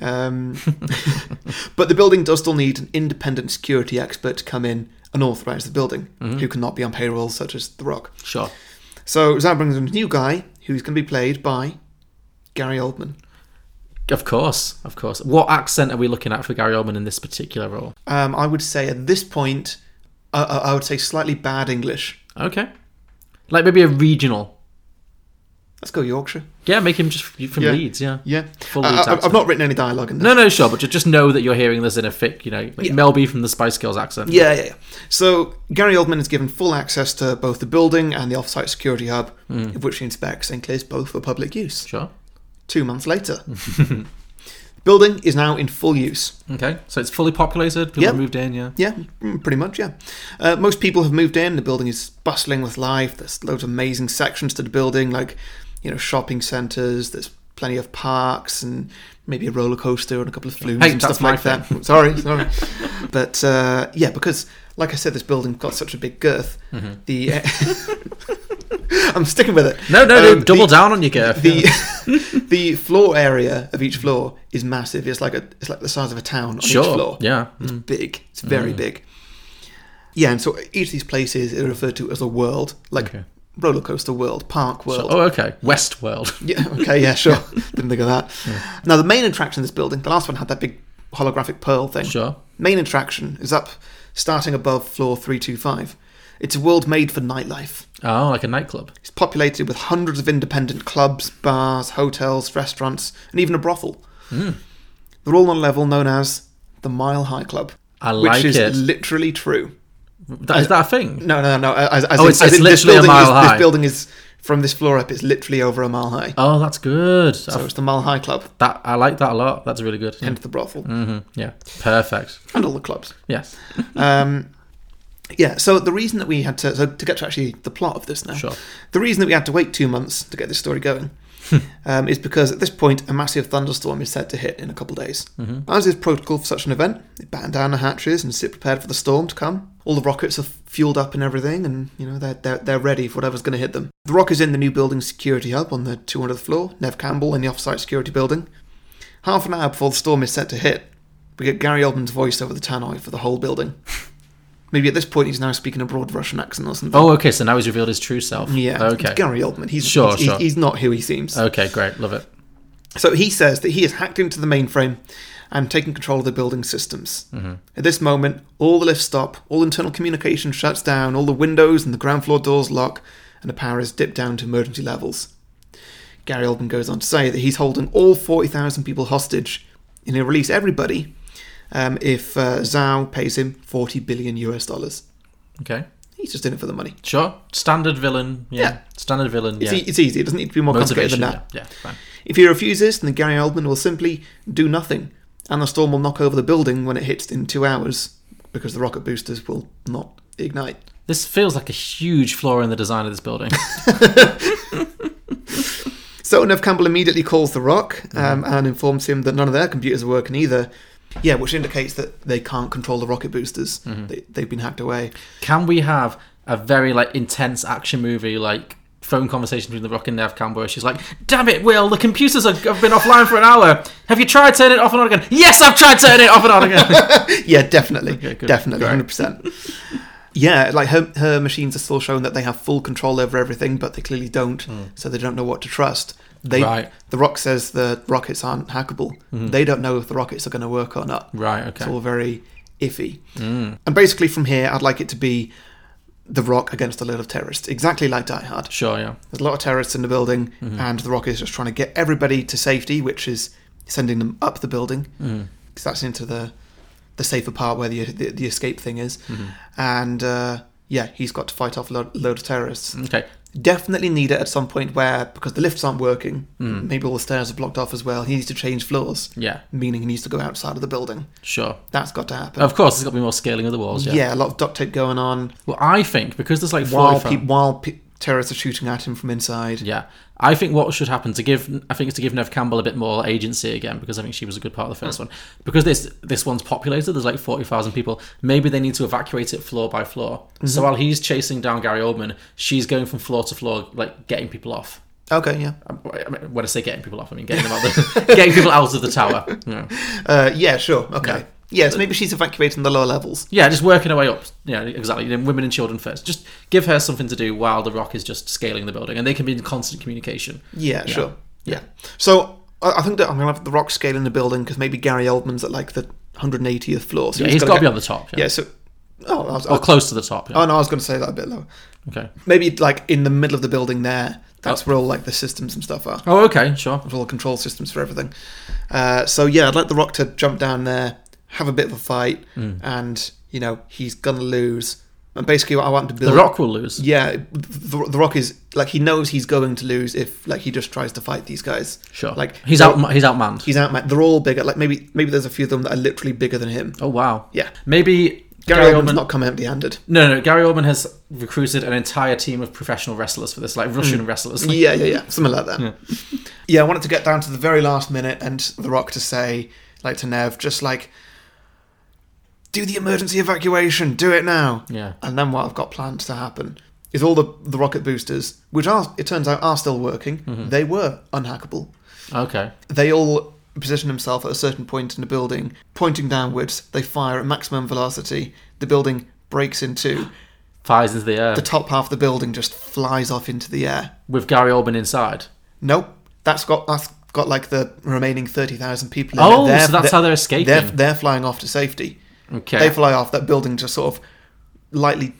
[SPEAKER 2] Um, but the building does still need an independent security expert to come in and authorise the building,
[SPEAKER 1] Mm-hmm.
[SPEAKER 2] who cannot be on payroll, such as The Rock.
[SPEAKER 1] Sure.
[SPEAKER 2] So Zan brings in a new guy who's going to be played by Gary Oldman.
[SPEAKER 1] Of course. Of course. What accent are we looking at for Gary Oldman in this particular role?
[SPEAKER 2] Um, I would say at this point, uh, uh, I would say slightly bad English.
[SPEAKER 1] Okay. Like maybe a regional.
[SPEAKER 2] Let's go Yorkshire.
[SPEAKER 1] Yeah, make him just f- from
[SPEAKER 2] Yeah.
[SPEAKER 1] Leeds. Yeah.
[SPEAKER 2] Yeah.
[SPEAKER 1] Full
[SPEAKER 2] Uh,
[SPEAKER 1] Leeds
[SPEAKER 2] I, I've
[SPEAKER 1] accent.
[SPEAKER 2] not written any dialogue in this.
[SPEAKER 1] No, no, sure, but ju- just know that you're hearing this in a thick, you know, like
[SPEAKER 2] Yeah.
[SPEAKER 1] Mel B from the Spice Girls accent.
[SPEAKER 2] Yeah, yeah, yeah. So Gary Oldman is given full access to both the building and the off-site security hub, of which he inspects and clears both for public use.
[SPEAKER 1] Sure.
[SPEAKER 2] Two months later, the building is now in full use.
[SPEAKER 1] Okay. So it's fully populated. People
[SPEAKER 2] Yeah.
[SPEAKER 1] have moved in. Yeah.
[SPEAKER 2] Yeah, mm, pretty much. Yeah, uh, most people have moved in. The building is bustling with life. There's loads of amazing sections to the building, like you know, shopping centres. There's plenty of parks and maybe a roller coaster and a couple of flumes
[SPEAKER 1] Hey,
[SPEAKER 2] and
[SPEAKER 1] that's
[SPEAKER 2] stuff
[SPEAKER 1] my
[SPEAKER 2] like that. Sorry, sorry. but uh, yeah, because like I said, this building got such a big girth.
[SPEAKER 1] Mm-hmm.
[SPEAKER 2] The I'm sticking with it.
[SPEAKER 1] No, no,
[SPEAKER 2] Um,
[SPEAKER 1] no. Double
[SPEAKER 2] the-
[SPEAKER 1] down on your girth.
[SPEAKER 2] the the floor area of each floor is massive. It's like a it's like the size of a town on
[SPEAKER 1] Sure.
[SPEAKER 2] each floor.
[SPEAKER 1] Yeah.
[SPEAKER 2] it's big. It's
[SPEAKER 1] Mm.
[SPEAKER 2] very big. Yeah, and so each of these places is referred to as a world, like
[SPEAKER 1] Okay.
[SPEAKER 2] roller coaster world, park
[SPEAKER 1] So-
[SPEAKER 2] world.
[SPEAKER 1] oh, okay. Westworld.
[SPEAKER 2] Yeah, okay, yeah, sure. Didn't think of that. Now the main attraction in this building, the last one had that big holographic pearl thing.
[SPEAKER 1] Sure.
[SPEAKER 2] Main attraction is up, starting above floor three two five. It's a world made for nightlife.
[SPEAKER 1] Oh, like a nightclub.
[SPEAKER 2] It's populated with hundreds of independent clubs, bars, hotels, restaurants, and even a brothel.
[SPEAKER 1] Hmm.
[SPEAKER 2] They're all on a level known as the Mile High Club.
[SPEAKER 1] I like
[SPEAKER 2] Which is
[SPEAKER 1] it.
[SPEAKER 2] literally true.
[SPEAKER 1] That, is that a thing?
[SPEAKER 2] No, no, no. As, as
[SPEAKER 1] Oh,
[SPEAKER 2] in-
[SPEAKER 1] it's-
[SPEAKER 2] as
[SPEAKER 1] it's
[SPEAKER 2] in this
[SPEAKER 1] literally a
[SPEAKER 2] building
[SPEAKER 1] mile
[SPEAKER 2] is-
[SPEAKER 1] high.
[SPEAKER 2] This building is, from this floor up, it's literally over a mile high.
[SPEAKER 1] Oh, that's good.
[SPEAKER 2] so
[SPEAKER 1] I,
[SPEAKER 2] it's the Mile High Club
[SPEAKER 1] that I like that a lot. That's really good.
[SPEAKER 2] and the brothel
[SPEAKER 1] hmm Yeah. Perfect.
[SPEAKER 2] and all the clubs.
[SPEAKER 1] Yes.
[SPEAKER 2] Um, yeah, so the reason that we had to, so to get to actually the plot of this now,
[SPEAKER 1] Sure.
[SPEAKER 2] the reason that we had to wait two months to get this story going um, is because at this point a massive thunderstorm is said to hit in a couple of days. As is protocol for such an event, they batten down the hatches and sit prepared for the storm to come. All the rockets are fueled up and everything, and you know they're they're, they're ready for whatever's going to hit them. The rock is in the new building security hub on the 200th floor. Nev Campbell in the off-site security building. Half an hour before the storm is set to hit, we get Gary Oldman's voice over the tannoy for the whole building. Maybe at this point he's now speaking a broad Russian accent or something.
[SPEAKER 1] Oh, okay. So now he's revealed his true self.
[SPEAKER 2] Yeah.
[SPEAKER 1] Okay.
[SPEAKER 2] It's Gary Oldman. He's
[SPEAKER 1] Sure,
[SPEAKER 2] he's,
[SPEAKER 1] sure.
[SPEAKER 2] he's not who he seems.
[SPEAKER 1] Okay, great. Love it.
[SPEAKER 2] So he says that he has hacked into the mainframe and taken control of the building systems.
[SPEAKER 1] Mhm.
[SPEAKER 2] At this moment, all the lifts stop, all internal communication shuts down, all the windows and the ground floor doors lock, and the power is dipped down to emergency levels. Gary Oldman goes on to say that he's holding all 40,000 people hostage, and he'll release everybody um, if uh, Zhao pays him 40 billion US dollars.
[SPEAKER 1] Okay.
[SPEAKER 2] He's just in it for the money.
[SPEAKER 1] Sure. Standard villain. Yeah.
[SPEAKER 2] Yeah.
[SPEAKER 1] Standard villain.
[SPEAKER 2] It's,
[SPEAKER 1] yeah.
[SPEAKER 2] e- it's easy. It doesn't need to be more complicated than
[SPEAKER 1] Motivation,
[SPEAKER 2] that.
[SPEAKER 1] yeah. Yeah, fine.
[SPEAKER 2] If he refuses, then Gary Oldman will simply do nothing, and the storm will knock over the building when it hits in two hours because the rocket boosters will not ignite.
[SPEAKER 1] This feels like a huge flaw in the design of this building.
[SPEAKER 2] So Nev Campbell immediately calls The Rock um, and informs him that none of their computers are working either. Yeah, which indicates that they can't control the rocket boosters. They, they've been hacked away.
[SPEAKER 1] Can we have a very like intense action movie like? Phone conversation between the Rock and Nev Campbell. She's like, "Damn it, Will! The computers have have been offline for an hour. Have you tried turning it off and on again? Yes, I've tried turning it off and on again.
[SPEAKER 2] yeah, definitely, definitely,
[SPEAKER 1] Great.
[SPEAKER 2] hundred percent. Yeah, like her her machines are still showing that they have full control over everything, but they clearly don't. So they don't know what to trust. They
[SPEAKER 1] Hmm. Right.
[SPEAKER 2] the Rock says the rockets aren't hackable.
[SPEAKER 1] Mhm.
[SPEAKER 2] They don't know if the rockets are going to work or not.
[SPEAKER 1] Right, okay.
[SPEAKER 2] It's all very iffy.
[SPEAKER 1] Mm.
[SPEAKER 2] And basically, from here, I'd like it to be the Rock against a load of terrorists, exactly like Die Hard.
[SPEAKER 1] Sure, yeah.
[SPEAKER 2] There's a lot of terrorists in the building,
[SPEAKER 1] Mhm.
[SPEAKER 2] and the Rock is just trying to get everybody to safety, which is sending them up the building
[SPEAKER 1] Mm.
[SPEAKER 2] because that's into the the safer part where the the, the escape thing is,
[SPEAKER 1] Mhm.
[SPEAKER 2] and uh, yeah, he's got to fight off a load, load of terrorists.
[SPEAKER 1] Okay.
[SPEAKER 2] Definitely need it at some point where because the lifts aren't working,
[SPEAKER 1] Mm.
[SPEAKER 2] maybe all the stairs are blocked off as well. He needs to change floors.
[SPEAKER 1] Yeah.
[SPEAKER 2] meaning he needs to go outside of the building.
[SPEAKER 1] Sure.
[SPEAKER 2] That's got to happen.
[SPEAKER 1] Of course, there's got to be more scaling of the walls.
[SPEAKER 2] yeah.
[SPEAKER 1] Yeah.
[SPEAKER 2] a lot of duct tape going on
[SPEAKER 1] Well, I think because there's like
[SPEAKER 2] while
[SPEAKER 1] 45
[SPEAKER 2] pe- while pe- terrorists are shooting at him from inside.
[SPEAKER 1] Yeah, I think what should happen to give I think it's to give Nev Campbell a bit more agency again because I think she was a good part of the
[SPEAKER 2] Hmm.
[SPEAKER 1] first one. Because this this one's populated, there's like forty thousand people. Maybe they need to evacuate it floor by floor. So
[SPEAKER 2] Mhm.
[SPEAKER 1] while he's chasing down Gary Oldman, she's going from floor to floor, like getting people off.
[SPEAKER 2] Okay, yeah.
[SPEAKER 1] Um, I mean, When I say getting people off, I mean getting them out, the, getting people out of the tower. Yeah.
[SPEAKER 2] Uh, yeah, sure. Okay.
[SPEAKER 1] Yeah.
[SPEAKER 2] Yes, maybe she's evacuating the lower levels.
[SPEAKER 1] Yeah, just working her way up. Yeah, exactly. You know, women and children first. Just give her something to do while the Rock is just scaling the building, and they can be in constant communication.
[SPEAKER 2] Yeah, sure.
[SPEAKER 1] Yeah.
[SPEAKER 2] So I I think that I'm gonna have the rock scale in the building because maybe Gary Oldman's at like the 180th floor. So
[SPEAKER 1] Yeah, he's
[SPEAKER 2] gotta
[SPEAKER 1] gotta
[SPEAKER 2] get-
[SPEAKER 1] be on the top, yeah.
[SPEAKER 2] Yeah. so oh, I was,
[SPEAKER 1] Or close to the top, yeah.
[SPEAKER 2] Oh no, I was going to say that a bit lower.
[SPEAKER 1] Okay.
[SPEAKER 2] Maybe like in the middle of the building there. That's where all like the systems and stuff are.
[SPEAKER 1] Oh, okay, sure.
[SPEAKER 2] With all the control systems for everything. Uh, so yeah, I'd like the Rock to jump down there, have a bit of a fight,
[SPEAKER 1] Mm.
[SPEAKER 2] and you know he's gonna lose. And basically, what I want to build,
[SPEAKER 1] Rock will lose.
[SPEAKER 2] Yeah, the, the Rock is like he knows he's going to lose if like he just tries to fight these guys.
[SPEAKER 1] Sure.
[SPEAKER 2] Like
[SPEAKER 1] He's
[SPEAKER 2] they're-
[SPEAKER 1] outma- he's outmanned.
[SPEAKER 2] He's outmanned. They're all bigger. Like maybe maybe there's a few of them that are literally bigger than him.
[SPEAKER 1] Oh wow.
[SPEAKER 2] Yeah.
[SPEAKER 1] Maybe
[SPEAKER 2] Gary,
[SPEAKER 1] Gary
[SPEAKER 2] Oldman's
[SPEAKER 1] Oldman-
[SPEAKER 2] not come empty-handed.
[SPEAKER 1] No, no. Gary Oldman has recruited an entire team of professional wrestlers for this, like Russian
[SPEAKER 2] Mm.
[SPEAKER 1] wrestlers.
[SPEAKER 2] Yeah, yeah, yeah. Something like that.
[SPEAKER 1] Yeah.
[SPEAKER 2] Yeah. I wanted to get down to the very last minute and The Rock to say, like to Nev, just like, do the emergency evacuation, do it now.
[SPEAKER 1] Yeah.
[SPEAKER 2] And then what I've got planned to happen is all the, the rocket boosters, which are, it turns out, are still working,
[SPEAKER 1] Mhm.
[SPEAKER 2] they were unhackable.
[SPEAKER 1] Okay.
[SPEAKER 2] They all position themselves at a certain point in the building, pointing downwards. They fire at maximum velocity. The building breaks in two.
[SPEAKER 1] Fires into the air.
[SPEAKER 2] The top half of the building just flies off into the air.
[SPEAKER 1] With Gary Oldman inside.
[SPEAKER 2] Nope. That's got that's got like the remaining thirty thousand people.
[SPEAKER 1] Oh,
[SPEAKER 2] it.
[SPEAKER 1] so that's how they're escaping.
[SPEAKER 2] They're, they're flying off to safety.
[SPEAKER 1] Okay.
[SPEAKER 2] They fly off. That building just sort of lightly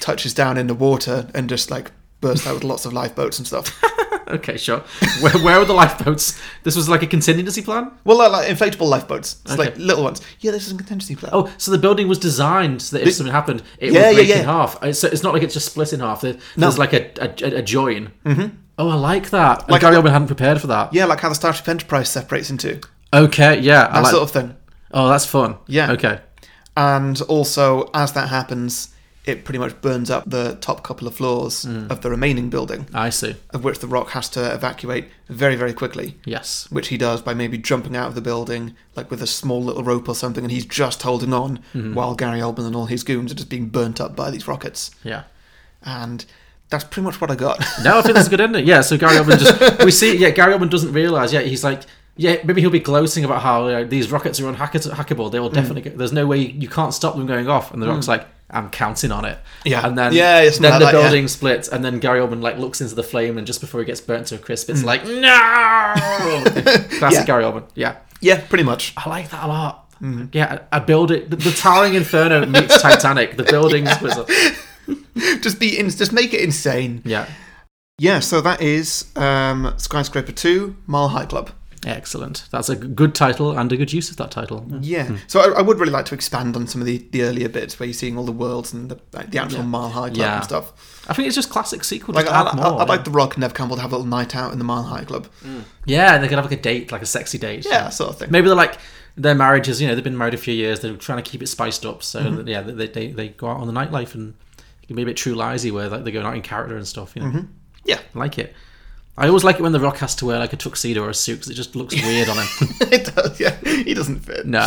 [SPEAKER 2] touches down in the water and just like bursts out with lots of lifeboats and stuff.
[SPEAKER 1] Okay, sure. Where, where are the lifeboats? This was like a contingency plan.
[SPEAKER 2] Well, like, like inflatable lifeboats. It's
[SPEAKER 1] Okay.
[SPEAKER 2] like little ones. Yeah, this is a contingency plan.
[SPEAKER 1] Oh, so the building was designed so that if
[SPEAKER 2] This-
[SPEAKER 1] something happened, it would
[SPEAKER 2] Yeah, yeah,
[SPEAKER 1] break in
[SPEAKER 2] yeah.
[SPEAKER 1] half. It's, it's not like it's just split in half. There-
[SPEAKER 2] No.
[SPEAKER 1] There's like a a, a join.
[SPEAKER 2] Mhm.
[SPEAKER 1] Oh, I like that. And
[SPEAKER 2] Like-
[SPEAKER 1] Gary Oldman hadn't prepared for that.
[SPEAKER 2] Yeah, like how the Starship Enterprise separates in two.
[SPEAKER 1] Okay, yeah, I
[SPEAKER 2] That
[SPEAKER 1] like-
[SPEAKER 2] sort of thing.
[SPEAKER 1] Oh, that's fun.
[SPEAKER 2] Yeah.
[SPEAKER 1] Okay.
[SPEAKER 2] And also, as that happens, it pretty much burns up the top couple of floors
[SPEAKER 1] Mm.
[SPEAKER 2] of the remaining building.
[SPEAKER 1] I see.
[SPEAKER 2] Of which the Rock has to evacuate very, very quickly.
[SPEAKER 1] Yes.
[SPEAKER 2] Which he does by maybe jumping out of the building, like with a small little rope or something, and he's just holding on
[SPEAKER 1] Mhm.
[SPEAKER 2] while Gary Oldman and all his goons are just being burnt up by these rockets.
[SPEAKER 1] Yeah.
[SPEAKER 2] And that's pretty much what I got.
[SPEAKER 1] No, I think that's a good ending. Yeah, so Gary Oldman just we see yeah Gary Oldman doesn't realize yeah he's like Yeah, maybe he'll be gloating about how you know, these rockets are on hacker- hackable. They will definitely. Go, there's no way you, you can't stop them going off. And the rock's
[SPEAKER 2] Mm.
[SPEAKER 1] like, I'm counting on it.
[SPEAKER 2] Yeah.
[SPEAKER 1] and then
[SPEAKER 2] Yeah, it's
[SPEAKER 1] then
[SPEAKER 2] like
[SPEAKER 1] the
[SPEAKER 2] that, yeah.
[SPEAKER 1] building splits, and then Gary Oldman like looks into the flame, and just before he gets burnt to a crisp, it's
[SPEAKER 2] Mm.
[SPEAKER 1] like no. Classic
[SPEAKER 2] Yeah.
[SPEAKER 1] Gary Oldman. Yeah,
[SPEAKER 2] yeah, pretty much.
[SPEAKER 1] I like that a lot.
[SPEAKER 2] Mm.
[SPEAKER 1] Yeah, I build it. The, the towering inferno meets Titanic. The buildings was
[SPEAKER 2] just be in, just make it insane.
[SPEAKER 1] Yeah.
[SPEAKER 2] Yeah, so that is um, Skyscraper 2, Mile High Club.
[SPEAKER 1] excellent. That's a good title and a good use of that title.
[SPEAKER 2] Yeah.
[SPEAKER 1] Hmm.
[SPEAKER 2] So I, I would really like to expand on some of the, the earlier bits where you're seeing all the worlds and the, like, the actual
[SPEAKER 1] Yeah.
[SPEAKER 2] Mile High Club
[SPEAKER 1] Yeah.
[SPEAKER 2] and stuff.
[SPEAKER 1] I think it's just classic sequel.
[SPEAKER 2] Like,
[SPEAKER 1] just
[SPEAKER 2] I,
[SPEAKER 1] add
[SPEAKER 2] I-
[SPEAKER 1] more,
[SPEAKER 2] I'd
[SPEAKER 1] yeah. Mm.
[SPEAKER 2] like The Rock and Nev Campbell to have a little night out in the Mile High Club.
[SPEAKER 1] Yeah, and they could have like a date, like a sexy date.
[SPEAKER 2] Yeah, sort of thing.
[SPEAKER 1] Maybe they're like their marriages. You know, they've been married a few years. They're trying to keep it spiced up. So
[SPEAKER 2] Mhm.
[SPEAKER 1] that, yeah, they, they they go out on the nightlife and it can be a bit true lisey where like they're going out in character and stuff. You know,
[SPEAKER 2] Mhm. Yeah.
[SPEAKER 1] I like it. I always like it when The Rock has to wear like a tuxedo or a suit because it just looks weird on him.
[SPEAKER 2] it does, yeah. He doesn't fit.
[SPEAKER 1] No.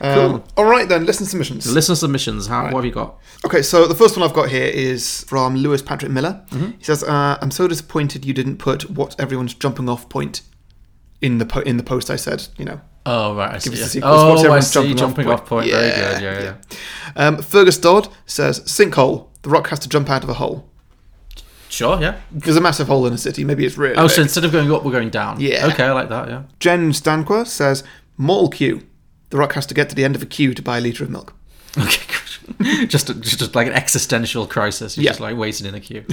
[SPEAKER 2] Um,
[SPEAKER 1] Cool.
[SPEAKER 2] All right then, listen submissions.
[SPEAKER 1] Listener submissions. How, What have you got?
[SPEAKER 2] Okay, so the first one I've got here is from Lewis Patrick Miller.
[SPEAKER 1] Mhm.
[SPEAKER 2] He says, uh, "I'm so disappointed you didn't put what everyone's jumping off point in the po- in the post." I said, you know.
[SPEAKER 1] Oh right, I see.
[SPEAKER 2] Give us
[SPEAKER 1] yeah.
[SPEAKER 2] the sequence.
[SPEAKER 1] Oh,
[SPEAKER 2] What's
[SPEAKER 1] I
[SPEAKER 2] everyone's
[SPEAKER 1] see. Jumping off point. Very good, yeah, yeah.
[SPEAKER 2] Um, Fergus Dodd says, "Sinkhole. The rock has to jump out of a hole.
[SPEAKER 1] Sure, yeah.
[SPEAKER 2] There's a massive hole in a city. Maybe it's real."
[SPEAKER 1] Oh, so instead of going up, we're going down.
[SPEAKER 2] Yeah.
[SPEAKER 1] Okay, I like that. Yeah.
[SPEAKER 2] Jen Stanqua says, "Mortal queue. The rock has to get to the end of a queue to buy a liter of milk."
[SPEAKER 1] just, just just like an existential crisis. You're just like waiting in a queue.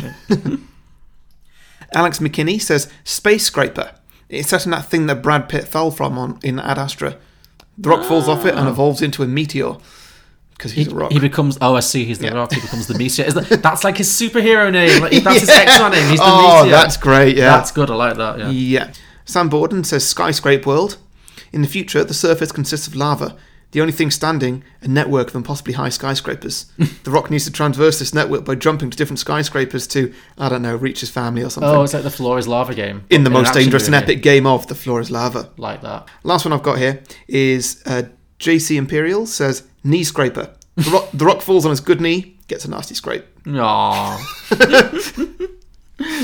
[SPEAKER 2] Alex McKinney says Space Scraper. It's set in that thing that Brad Pitt fell from on in Ad Astra. The rock falls off it and
[SPEAKER 1] Ah.
[SPEAKER 2] evolves into a meteor because he's a rock.
[SPEAKER 1] He becomes. Oh, I see. He's the rock. He becomes the meteor. Is that, that's like his superhero name. Like, that's his
[SPEAKER 2] Yeah.
[SPEAKER 1] Exxon name. He's the
[SPEAKER 2] oh,
[SPEAKER 1] meteor.
[SPEAKER 2] that's great. Yeah,
[SPEAKER 1] That's good. I like that. Yeah.
[SPEAKER 2] yeah. Sam Borden says Skyscrape World. In the future, the surface consists of lava. The only thing standing, a network of impossibly high skyscrapers. the rock needs to transverse this network by jumping to different skyscrapers to, I don't know, reach his family or something.
[SPEAKER 1] Oh, it's like the floor is lava game.
[SPEAKER 2] in the
[SPEAKER 1] an
[SPEAKER 2] most
[SPEAKER 1] action
[SPEAKER 2] dangerous and
[SPEAKER 1] movie.
[SPEAKER 2] epic game of The Floor is Lava.
[SPEAKER 1] Like that.
[SPEAKER 2] Last one I've got here is uh, JC Imperial says knee scraper. The rock, the rock falls on his good knee, gets a nasty scrape.
[SPEAKER 1] Aww.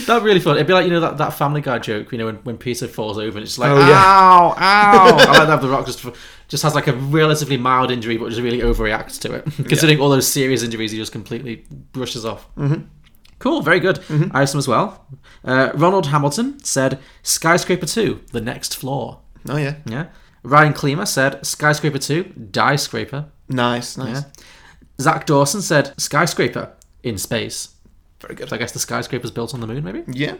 [SPEAKER 1] That'd be really fun. It'd be like you know that, that Family Guy joke, you know, when, when Peter falls over and it's just like,
[SPEAKER 2] Oh, yeah.
[SPEAKER 1] ow, ow. I like to have the Rock just just has like a relatively mild injury, but just really overreacts to it, considering all those serious injuries he just completely brushes off.
[SPEAKER 2] Mhm.
[SPEAKER 1] Cool, very good.
[SPEAKER 2] Mm-hmm.
[SPEAKER 1] I have some as well. Uh, Ronald Hamilton said, "Skyscraper Two, the next floor."
[SPEAKER 2] Oh yeah,
[SPEAKER 1] yeah. Ryan Klima said, "Skyscraper Two, die scraper."
[SPEAKER 2] Nice, nice.
[SPEAKER 1] Zach Dawson said, "Skyscraper in space."
[SPEAKER 2] Very good.
[SPEAKER 1] So I guess the skyscraper's built on the moon, maybe.
[SPEAKER 2] Yeah.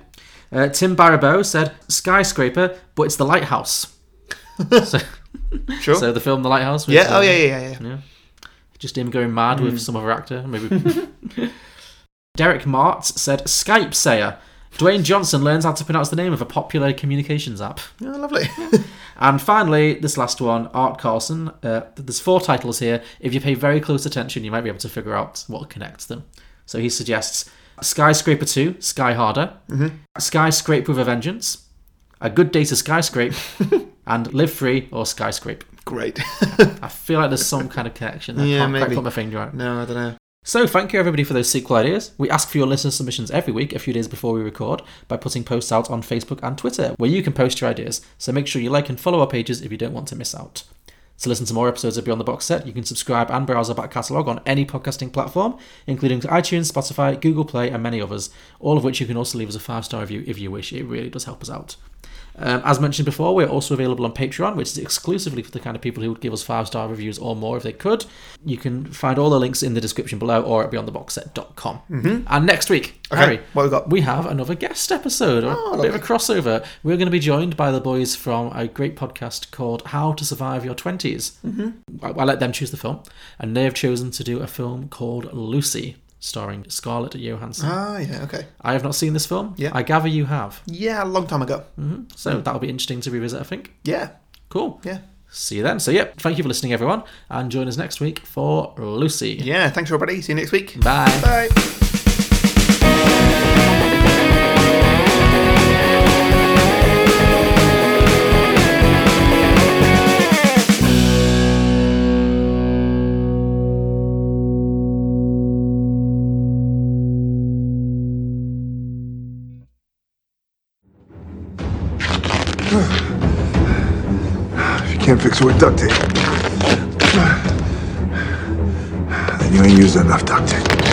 [SPEAKER 1] Uh, Tim Barabeau said, "Skyscraper, but it's the lighthouse." so,
[SPEAKER 2] Sure.
[SPEAKER 1] So the film, The Lighthouse. with,
[SPEAKER 2] Yeah, oh,
[SPEAKER 1] um,
[SPEAKER 2] yeah, yeah, yeah, yeah.
[SPEAKER 1] Just him going mad
[SPEAKER 2] Hmm.
[SPEAKER 1] with some other actor, maybe. Derek Mart said, "Skype Sayer." Dwayne Johnson learns how to pronounce the name of a popular communications app.
[SPEAKER 2] Oh, lovely.
[SPEAKER 1] And finally, this last one, Art Carlson. Uh, there's four titles here. If you pay very close attention, you might be able to figure out what connects them. So he suggests Skyscraper 2, Sky Harder,
[SPEAKER 2] Mhm.
[SPEAKER 1] Skyscrape with a Vengeance, A Good Day to Skyscrape, and Live Free or Skyscrape.
[SPEAKER 2] Great.
[SPEAKER 1] I feel like there's some kind of connection there.
[SPEAKER 2] Yeah,
[SPEAKER 1] can't quite
[SPEAKER 2] maybe.
[SPEAKER 1] put my finger on it.
[SPEAKER 2] No, I don't know.
[SPEAKER 1] So, thank you everybody for those sequel ideas. We ask for your listener submissions every week, a few days before we record, by putting posts out on Facebook and Twitter, where you can post your ideas. So, make sure you like and follow our pages if you don't want to miss out. To listen to more episodes of Beyond the Box Set, you can subscribe and browse our back catalogue on any podcasting platform, including iTunes, Spotify, Google Play, and many others, all of which you can also leave us a five star review if you wish. It really does help us out. Um, as mentioned before, we're also available on Patreon, which is exclusively for the kind of people who would give us five star reviews or more if they could. You can find all the links in the description below or at beyondtheboxset.com.
[SPEAKER 2] Mhm.
[SPEAKER 1] And next week,
[SPEAKER 2] Okay,
[SPEAKER 1] Harry,
[SPEAKER 2] what we got?
[SPEAKER 1] We have another guest episode, or
[SPEAKER 2] Oh,
[SPEAKER 1] a bit of a crossover. We're going to be joined by the boys from a great podcast called How to Survive Your 20s.
[SPEAKER 2] Mhm.
[SPEAKER 1] I, I let them choose the film, and they have chosen to do a film called Lucy, starring Scarlett Johansson.
[SPEAKER 2] Ah, yeah, okay.
[SPEAKER 1] I have not seen this film.
[SPEAKER 2] Yeah.
[SPEAKER 1] I gather you have.
[SPEAKER 2] Yeah, a long time ago.
[SPEAKER 1] hmm So that'll be interesting to revisit, I think.
[SPEAKER 2] Yeah.
[SPEAKER 1] Cool.
[SPEAKER 2] Yeah.
[SPEAKER 1] See you then. So, yeah, thank you for listening, everyone, and join us next week for Lucy.
[SPEAKER 2] Yeah, thanks everybody. See you next week.
[SPEAKER 1] Bye.
[SPEAKER 2] Bye.
[SPEAKER 9] can't fix it with duct tape. Then you ain't used enough duct tape.